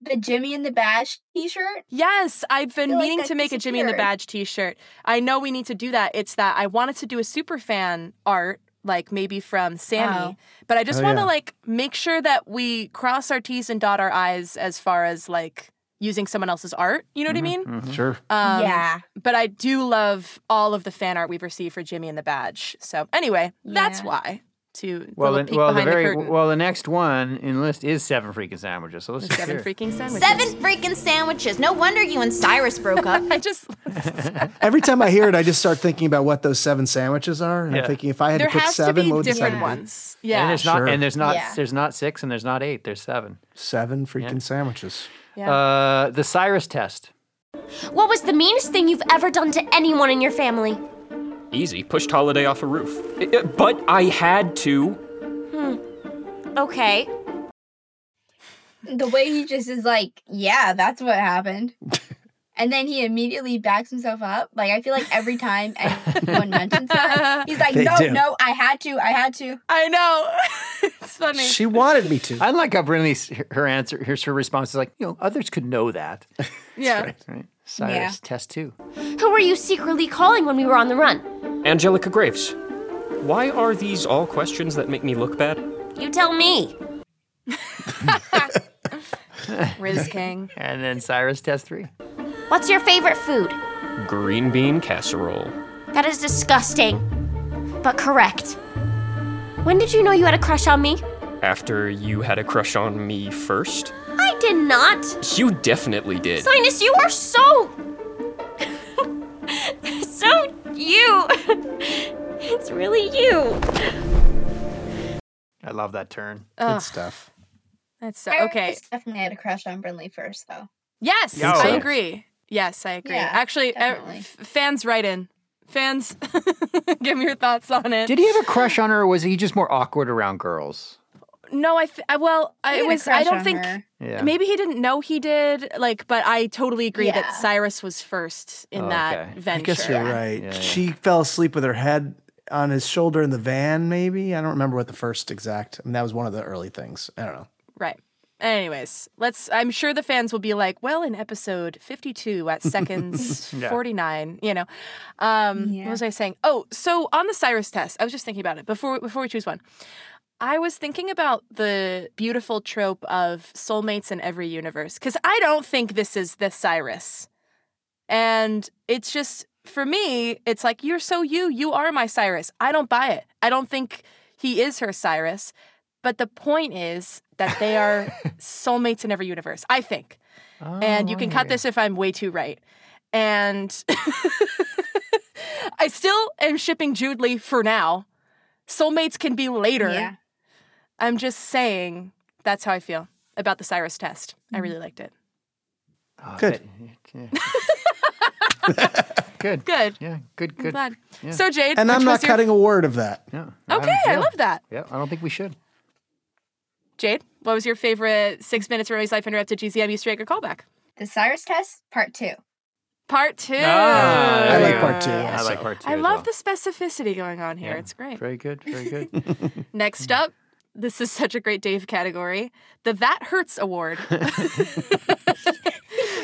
G: the Jimmy and the Bash t shirt.
C: Yes, I've been
G: feel like
C: meaning
G: that
C: to make a Jimmy and the
G: disappeared.
C: Badge T-shirt. I know we need to do that. It's that I wanted to do a super fan art, like maybe from Sammy, but I just
E: Oh,
C: want to
E: yeah.
C: like make sure that we cross our T's and dot our I's as far as like using someone else's art. You know
E: Mm-hmm,
C: what I mean?
D: Mm-hmm.
E: Sure.
C: Um,
G: yeah.
C: But I do love all of the fan art we've received for Jimmy and the Badge. So anyway, that's
G: Yeah.
C: why. To the
D: Well,
C: little
D: the,
C: peek
D: well, the
C: behind
D: very
C: the curtain.
D: well, the next one in the list is seven freaking sandwiches. So let's just
C: seven
D: hear it.
C: freaking sandwiches.
B: Seven freaking sandwiches. No wonder you and Cyrus broke up.
C: I just
E: Every time I hear it, I just start thinking about what those seven sandwiches are. And
D: Yeah.
E: I'm thinking if I had
C: there
E: to pick
C: has
E: seven,
C: to
E: what
C: be
E: would the
C: different
E: seven be?
C: ones. Yeah.
D: And there's not.
E: Sure.
D: And there's not.
G: Yeah.
D: There's not six, and there's not eight. There's seven.
E: Seven freaking sandwiches.
C: Yeah.
D: Uh, the Cyrus test.
B: What was the meanest thing you've ever done to anyone in your family?
F: uh, Easy, pushed Holiday off a roof. I- I- but I had to.
B: Okay.
G: The way he just is like, yeah, that's what happened. And then he immediately backs himself up. Like I feel like every time anyone mentions that, he's like,
E: They
G: "No,
E: do.
G: no, I had to, I had to."
C: I know. it's funny.
E: She wanted me to.
D: I like how brilliantly s- her answer, here's her response is like, you know, others could know that.
C: Yeah.
D: right? Cyrus,
B: Yeah.
D: test two.
B: Who were you secretly calling when we were on the run?
F: Angelica Graves, why are these all questions that make me look bad?
B: You tell me.
C: Riz King.
D: And then Cyrus, test three.
B: What's your favorite food?
F: Green bean casserole.
B: That is disgusting. But correct. When did you know you had a crush on me?
F: After you had a crush on me first?
B: I did not.
F: You definitely did.
B: Sinus, you are so. so you. it's really you.
D: I love that turn.
C: Ugh.
D: stuff.
C: That's so
G: I remember
C: okay.
G: Stephanie had a crush on Brinley first, though.
C: Yes,
D: Yeah,
C: I
D: so-
C: agree. Yes, I agree.
G: Yeah,
C: Actually, uh,
G: definitely.
C: f- fans, write in. Fans, give me your thoughts on it.
D: Did he have a crush on her or was he just more awkward around girls?
C: No, I, th- I well,
G: He
C: I
G: had
C: it
G: a
C: was. I
G: crush
C: don't
G: on
C: think.
G: her.
D: Yeah.
C: Maybe he didn't know he did. Like, but I totally agree
G: Yeah.
C: that Cyrus was first in
D: Oh,
C: that
D: okay. I
C: venture.
E: I guess you're right. She fell asleep with her head on his shoulder in the van, maybe. I don't remember what the first exact. I mean, that was one of the early things. I don't know.
C: Right. Anyways, let's. I'm sure the fans will be like, "Well, in episode 52 at seconds
E: Yeah.
C: 49, you know." Um, What was I saying? Oh, so on the Cyrus test, I was just thinking about it before before we choose one. I was thinking about the beautiful trope of soulmates in every universe because I don't think this is the Cyrus, and it's just for me, it's like you're so you, you are my Cyrus. I don't buy it. I don't think he is her Cyrus. But the point is that they are soulmates in every universe, I think.
E: Oh.
C: and you can
G: Oh.
C: cut this if I'm way too right. And I still am shipping Jude Lee for now. Soulmates can be later.
G: Yeah.
C: I'm just saying that's how I feel about the Cyrus test. I really liked it.
E: Ah,
D: Good. good.
C: Good.
D: Yeah. Good. Good.
C: glad.
D: Yeah.
C: So Jade,
E: And
C: which
E: I'm not
C: was your-
E: cutting a word of that.
D: Yeah.
C: Okay, I love that.
D: Yeah. I don't think we should.
C: Jade, what was your favorite six minutes of Remy's life interrupted GCM Easter egg or callback?
G: The Cyrus test, part two.
C: Part two.
E: I
D: Ah, there
E: like
D: you go.
E: part two
D: I
E: also.
D: like part two.
C: I
D: as
C: love
D: well.
C: the specificity going on here. It's great.
D: Very good. Very good.
C: Next up, this is such a great Dave category the That Hurts Award.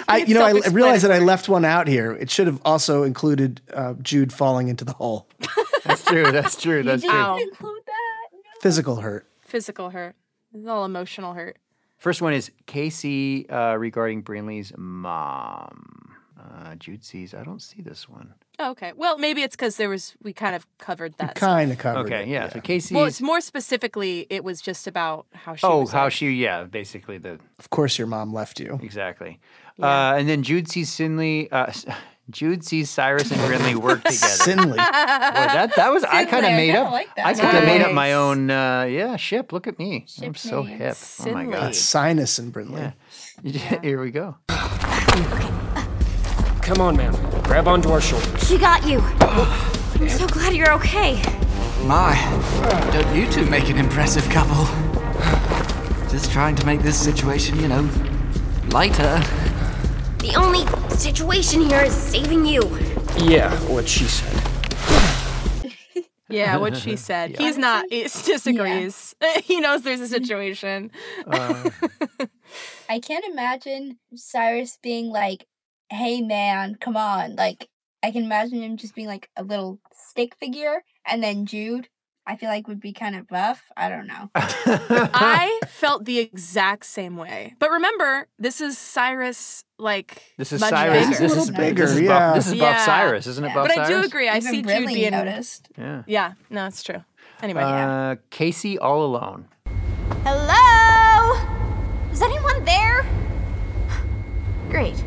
E: I, you know, I I realized that I
C: self-explanatory.
E: left one out here. It should have also included uh, Jude falling into the hole.
D: that's true. That's true. That's true.
C: Ow.
E: Physical hurt.
C: Physical hurt. It's all emotional hurt.
D: First one is Casey uh, regarding Brinley's mom. Uh, Jude sees. I don't see this one.
C: Oh, okay. Well, maybe it's because there was, we kind of covered that.
E: Kind of covered.
D: okay.
E: it,
D: Yeah. So Casey's.
C: Well, it's more specifically, it was just about how she
D: oh,
C: was
D: how
C: like-
D: she? Yeah. Basically the
E: Of course, your mom left you.
D: exactly. Uh, and then Jude sees Sinley. Uh, Jude sees Cyrus and Brinley work together.
E: Sinley.
D: Boy, that that was I kind of
G: Sidley, I
D: made
G: kinda
D: up.
G: like that.
D: I kind of made up my
C: Nice.
D: own. Uh, yeah, ship. Look at me. I'm so
G: name.
D: hip. Oh my
E: Uh,
D: god.
E: sinus and Brindley.
D: Here we go.
F: Come on, man. Grab onto our shoulders.
B: She got you. I'm so glad you're okay.
O: My, don't you two make an impressive couple? Just trying to make this situation, you know, lighter.
B: The only situation here is saving you.
F: Yeah, what she said.
C: Yeah, what she said. He's not, he disagrees. he knows there's a situation.
D: Uh.
G: I can't imagine Cyrus being like, "Hey man, come on!" Like I can imagine him just being like a little stick figure, and then Jude. I feel like would be kind of rough. I don't know.
C: I felt the exact same way. But remember, this is Cyrus, like
D: This is
C: much
D: Cyrus.
C: bigger.
D: This
E: Little
D: is
E: bigger,
D: This is
E: yeah.
D: Buff, this is Buff
C: Yeah.
D: Cyrus, isn't it? Buff
C: but
D: Cyrus.
C: I do agree. I see Jude
G: really
C: being.
G: noticed.
D: Yeah.
C: Yeah, no, it's true. Anyway,
D: Uh, Casey all alone.
B: Hello? Is anyone there? Great.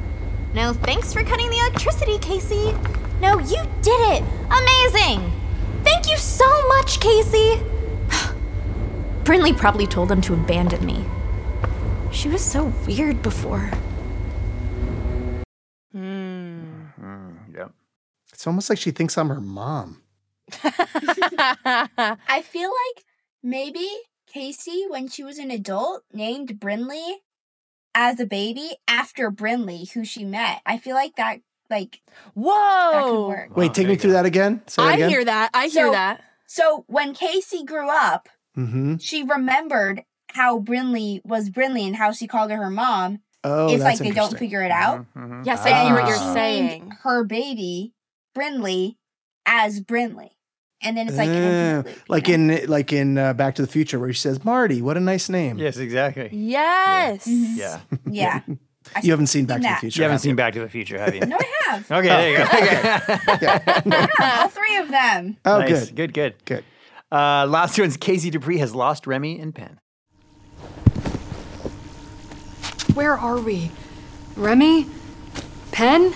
B: No, thanks for cutting the electricity, Casey. No, you did it. Amazing. Thank you so much, Casey. Brinley probably told him to abandon me. She was so weird before.
D: Mm, yep.
E: It's almost like she thinks I'm her mom.
G: I feel like maybe Casey, when she was an adult, named Brinley as a baby after Brinley, who she met. I feel like that, like,
C: whoa,
G: that could work.
E: Wait, take me through that again. Say
C: I
E: again.
C: hear that. I hear
G: So-
C: that.
G: So when Casey grew up,
E: Mm-hmm.
G: she remembered how Brinley was Brinley and how she called her her mom.
E: Oh,
G: if
E: that's
G: like they don't
E: interesting.
G: figure it out.
E: mhm.
C: Yes, I hear what
G: And
C: you're
G: she named
C: saying.
G: Her baby, Brinley, as Brinley, and then it's like mm-hmm.
E: Uh, like in like in uh, Back to the Future, where she says, "Marty, what a nice name."
D: Yes, exactly.
C: Yes.
G: Mm-hmm.
D: Yeah.
G: yeah.
E: you haven't seen Back to the
G: that.
E: Future.
D: You haven't
E: have
D: seen Back to the Future, have you?
G: No, I have.
D: Okay, there you go.
G: Yeah, all three of them.
E: Oh,
D: Nice. good. Good, good. Uh, last one's Casey Dupree has lost Remy and Penn.
P: Where are we? Remy? Pen?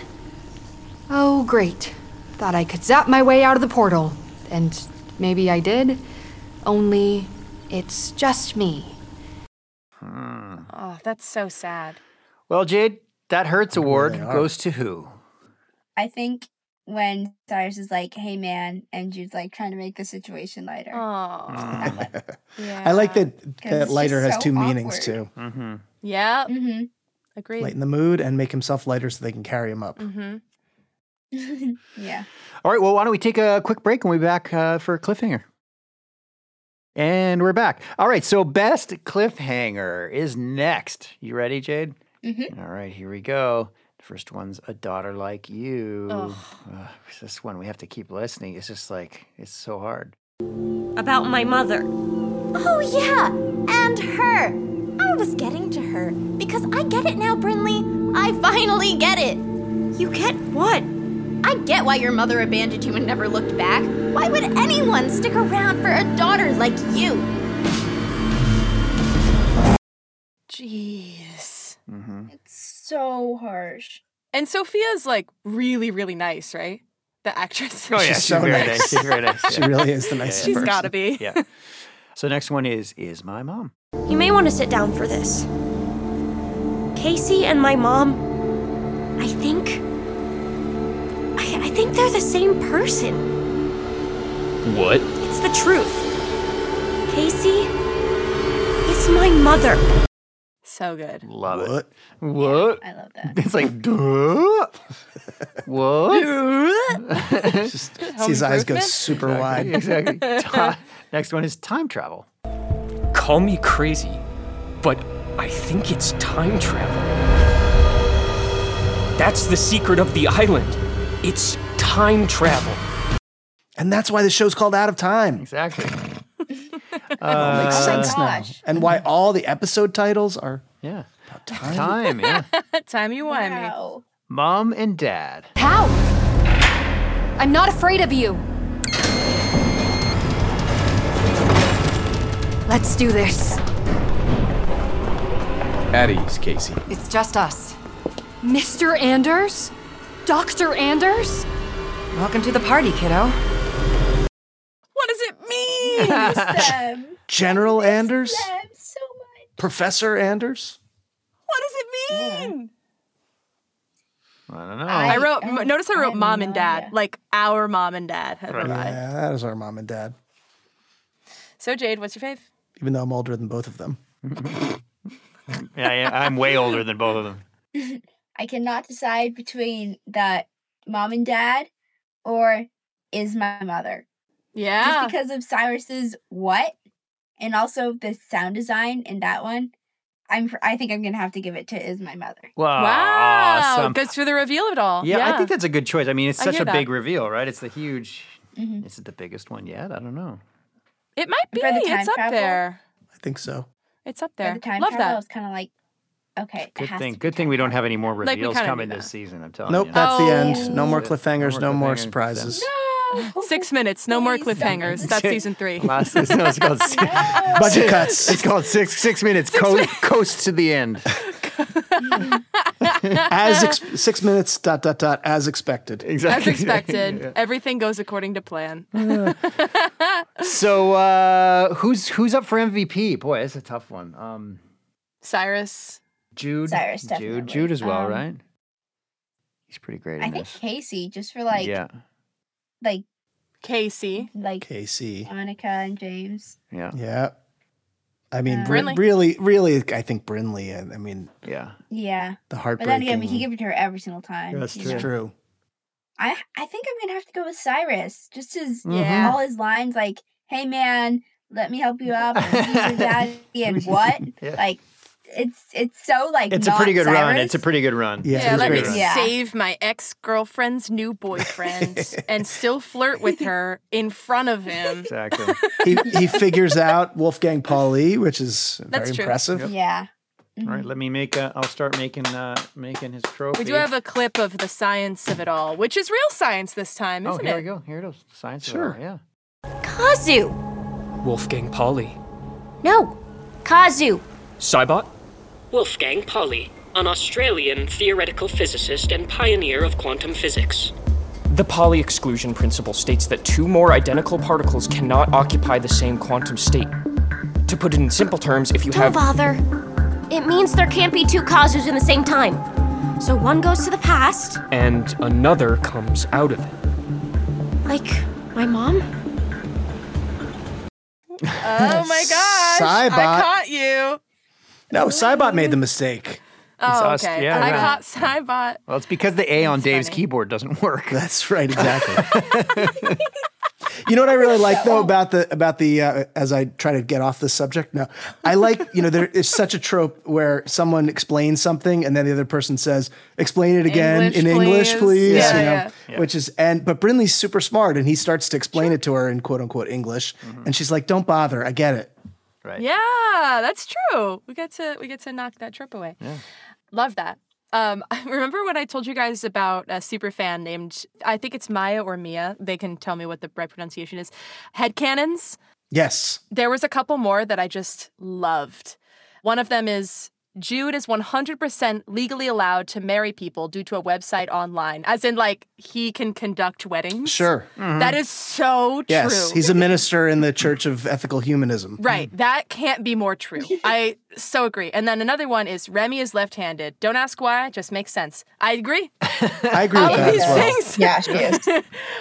P: Oh, great. Thought I could zap my way out of the portal. And maybe I did. Only it's just me.
C: Oh, that's so sad.
D: Well, Jade, that Hertz Award
C: are.
D: goes to who?
G: I think when Cyrus is like, "Hey, man," and Jude's like trying to make the situation lighter.
C: Oh,
E: Mm. I like that
G: Because it's
E: that
G: just
E: lighter has
G: so
E: two meanings
G: awkward.
E: too.
C: yeah. Mm-hmm. Agreed.
E: Lighten the mood and make himself lighter so they can carry him up.
C: Mm-hmm.
G: yeah.
D: All right, well, why don't we take a quick break and we'll be back uh, for Cliffhanger. And we're back. All right, so Best Cliffhanger is next. You ready, Jade?
G: Mm-hmm.
D: All right, here we go. The first one's A Daughter Like You.
L: Ugh.
D: Ugh, this one, we have to keep listening. It's just like, it's so hard.
L: About my mother.
B: Oh, yeah, and her. I was getting to her because I get it now, Brinley. I finally get it. You get what? I get why your mother abandoned you and never looked back. Why would anyone stick around for a daughter like you?
C: Jeez.
D: Mm-hmm.
G: So harsh.
C: And Sophia's like really, really nice, right? The actress.
D: Oh yeah, she's, very nice. She's very nice.
E: She really is the nicest
C: She's gotta be.
D: Yeah. So next one is is my mom.
L: You may want to sit down for this. Casey and my mom, I think. I, I think they're the same person.
F: What?
L: It's the truth. Casey is my mother.
C: So good.
D: Love it. What?
G: I love that.
D: It's like duh. what?
E: Just see his eyes go super wide.
D: exactly. Ti- next one is time travel.
F: Call me crazy, but I think it's time travel. That's the secret of the island. It's time travel.
E: And that's why the show's called Out of Time.
D: Exactly.
E: all makes
D: Uh,
E: sense
D: Oh my
E: now. And why all the episode titles are
D: yeah
E: about time.
D: Time, yeah.
C: Time you want
G: me.
D: Mom and dad.
P: How? I'm not afraid of you. Let's do this.
Q: At ease, Casey.
P: It's just us. Mr. Anders? Dr. Anders? Welcome to the party, kiddo.
C: What does it mean?
E: General Anders?
G: so much.
E: Professor Anders?
C: What does it mean?
D: I don't know.
C: I, wrote. m- notice I wrote mom and dad, like our mom and dad have arrived.
E: Yeah, that is our mom and dad.
C: So Jade, what's your fave?
E: Even though I'm older than both of them.
D: Yeah, I, I'm way older than both of them.
G: I cannot decide between that mom and dad or is my mother.
C: Yeah.
G: Just because of Cyrus's what and also the sound design in that one. I'm I think I'm going to have to give it to is my mother.
D: Wow.
C: Wow,
D: Awesome.
C: goes through the reveal of it all.
D: Yeah, I think that's a good choice. I mean, it's
C: I
D: such
C: hear
D: a big
C: that. Mm-hmm.
D: reveal, right? It's the huge. Is it the biggest one yet? I don't know.
C: it might be.
G: Mm-hmm. For the time
C: It's up
G: travel.
C: there.
E: I think so.
C: It's up
G: For
C: there.
G: the time
C: Love
G: travel, I
C: that.
G: was kind of like okay, it
D: Good
G: has
D: thing.
G: to
D: Good thing we don't have any more
C: Like, we
D: reveals
C: kinda
D: coming
C: knew
D: this season. I'm telling
E: Nope,
D: you.
E: that's the
C: Oh.
E: end. No more
D: That's it.
E: cliffhangers, no more
D: cliffhangers.
E: surprises.
G: Oh.
C: Six minutes. No more cliffhangers. That's season three.
D: Last it's, no, it's called six,
E: budget cuts.
D: It's called six six minutes. Co- coast to the end.
E: As ex- six minutes, dot, dot, dot, as expected.
D: Exactly.
C: As expected, everything goes according to plan.
D: So uh, who's who's up for MVP? Boy, that's a tough one. Um,
C: Cyrus.
D: Jude.
G: Cyrus, definitely.
D: Jude. Jude as well,
G: Um,
D: right? He's pretty great. In
G: I think
D: this.
G: Casey just for like
D: yeah.
G: like
C: Casey,
G: like
E: Casey.
G: Monica and James.
D: Yeah.
E: Yeah. I mean,
G: Uh,
E: Brin- really, really, I think Brinley. I, I mean,
D: yeah,
G: Yeah.
E: the
G: But then again, we
E: heartbreaking-
G: can give it to her every single time.
E: that's
G: you
E: true.
G: know? I I think I'm gonna have to go with Cyrus. Just his
D: Mm-hmm.
E: Yeah.
G: all his lines like, "Hey man, let me help you up," and "Who's your daddy," and what?
D: Yeah.
G: Like, it's it's so like.
D: It's a pretty
G: not
D: good run.
G: Cyrus.
D: It's a pretty good run.
C: Yeah,
D: It's a
C: let me
D: pretty good run.
C: save my ex girlfriend's new boyfriend and still flirt with her in front of him.
D: Exactly.
E: he, he figures out Wolfgang Pauli, which is
C: That's
E: very
C: true.
E: impressive.
G: Yeah.
D: All right, let me make. A, I'll start making uh making his trophy.
C: We do have a clip of the science of it all, which is real science this time,
D: Oh,
C: isn't
D: here
C: it?
D: we go. Here it is. Science.
F: Sure.
D: Sure. Yeah.
B: Kazu!
F: Wolfgang Pauli.
B: No! Kazu!
F: Cybot?
M: Wolfgang Pauli, an Australian theoretical physicist and pioneer of quantum physics.
F: The Pauli exclusion principle states that two more identical particles cannot occupy the same quantum state. To put it in simple terms, if you
B: Don't
F: have
B: bother. It means there can't be two Kazus in the same time. So one goes to the past,
F: and another comes out of it.
B: like my mom.
C: Oh my gosh. I
E: Cybot.
C: caught you.
E: No, Cybot made the mistake.
C: Oh,
D: us-
C: okay.
D: yeah,
C: I
D: yeah.
C: caught Cybot.
D: Well, it's because the A on Dave's keyboard doesn't work.
E: That's right. Exactly. you know what I really like though about the about the uh, as I try to get off this subject. No, I like you know there is such a trope where someone explains something and then the other person says, "Explain it again
C: English,
E: in English,
C: please."
E: please."
C: Yeah,
E: you know,
C: yeah. Yeah.
E: which is and but Brinley's super smart and he starts to explain it to her in quote unquote English, and she's like, "Don't bother, I get it."
D: Right.
C: Yeah, that's true. We get to we get to knock that trip away.
D: Yeah.
C: Love that. Um, I remember when I told you guys about a super fan named I think it's Maya or Mia. They can tell me what the right pronunciation is. Headcanons.
E: Yes.
C: There was a couple more that I just loved. One of them is Jude is 100% legally allowed to marry people due to a website online, as in like he can conduct weddings.
E: Sure. Mm-hmm.
C: Mm-hmm. That is so
E: Yes,
C: true.
E: he's a Mm-hmm. minister in the Church of Ethical Humanism.
C: Right. That can't be more true. I so agree. And then another one is Remy is left handed. Don't ask why, just makes sense. I agree.
E: I agree with
C: All of
E: that
C: these
E: as well.
C: things.
G: Yeah, she is.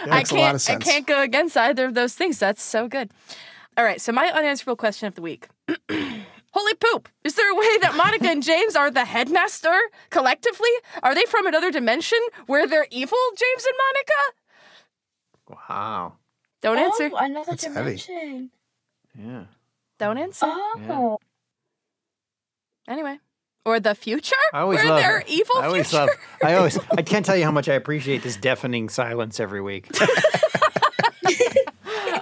C: I
E: makes
C: can't
E: a lot of
C: I
E: sense.
C: can't go against either of those things. That's so good. All right, so my unanswerable question of the week. Holy poop! Is there a way that Monica and James are the headmaster collectively? Are they from another dimension where they're evil, James and Monica?
D: Wow.
C: Don't
G: Oh,
C: answer.
G: another
D: That's heavy.
G: dimension.
D: Yeah.
C: Don't answer.
G: Oh.
C: Anyway. Or the future?
D: I always
C: where
D: love.
C: they're evil
D: I always
C: future?
D: love. I always. I can't tell you how much I appreciate this deafening silence every week.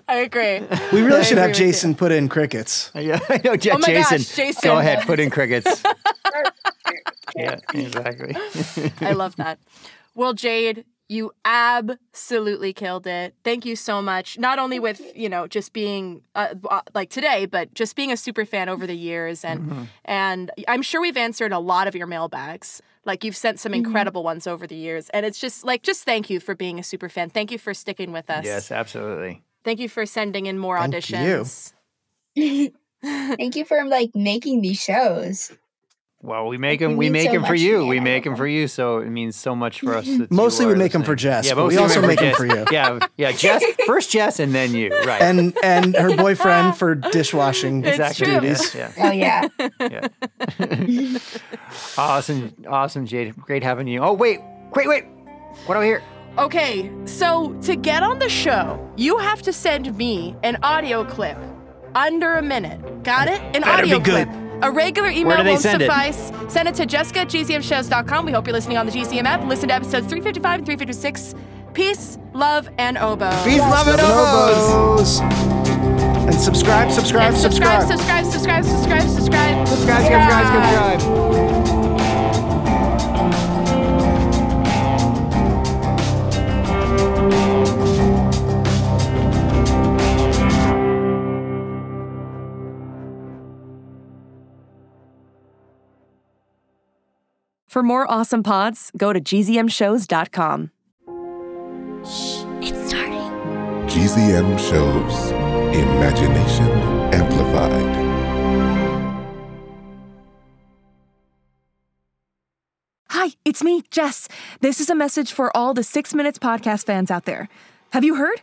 C: I agree.
E: We
C: I
E: really should have
C: agree with you.
E: Jason put in crickets.
D: yeah, I know. Ja-
C: Oh my gosh,
D: Jason,
C: Jason.
D: go ahead. Put in crickets. yeah, exactly.
C: Mm-hmm. I love that. Well, Jade, you absolutely killed it. Thank you so much. Not only with, you know, just being uh, uh, like today, but just being a super fan over the years and
E: Mm-hmm.
C: and I'm sure we've answered a lot of your mailbags. Like you've sent some incredible ones over the years and it's just like just thank you for being a super fan. Thank you for sticking with us.
D: Yes, absolutely.
C: Thank you for sending in more
E: Thank you.
C: auditions.
G: Thank you for like making these shows.
D: Well, we
G: Like,
D: make them.
G: we
D: We
G: mean
D: make
G: so
D: them for
G: much to
D: you.
G: me,
D: We
G: I
D: make
G: love
D: them
G: them.
D: for you. So it means so much for us. That you
E: Mostly we
D: are
E: make 'em for
D: listening.
E: Jess,
D: Yeah,
E: but we
D: mostly
E: also
D: make 'em
E: make 'em for you.
D: Yeah, yeah. Jess first, Jess, and then you. Right.
E: and and her boyfriend for dishwashing
C: It's
D: exactly.
C: true.
E: duties.
D: Yeah.
G: Oh yeah.
D: yeah. yeah. awesome, awesome, Jade. Great having you. Oh wait, wait, wait. What do I hear?
C: Okay, so to get on the show, you have to send me an audio clip under a minute. Got it? An
E: Better be
C: audio
E: good.
C: clip. A regular email
D: do they
C: won't
D: send it?
C: suffice. Send it to jessica at gcmshows.com. We hope you're listening on the GCM app. Listen to episodes 355 and 356. Peace, love, and oboe.
E: Peace, love, and oboes. And subscribe, subscribe,
C: And subscribe, subscribe,
E: subscribe.
C: subscribe, subscribe, subscribe.
D: Subscribe, subscribe, subscribe.
C: For more awesome pods, go to gzmshows.com.
B: It's starting.
Q: GZM shows Imagination Amplified.
C: Hi, it's me, Jess. This is a message for all the Six Minutes podcast fans out there. Have you heard?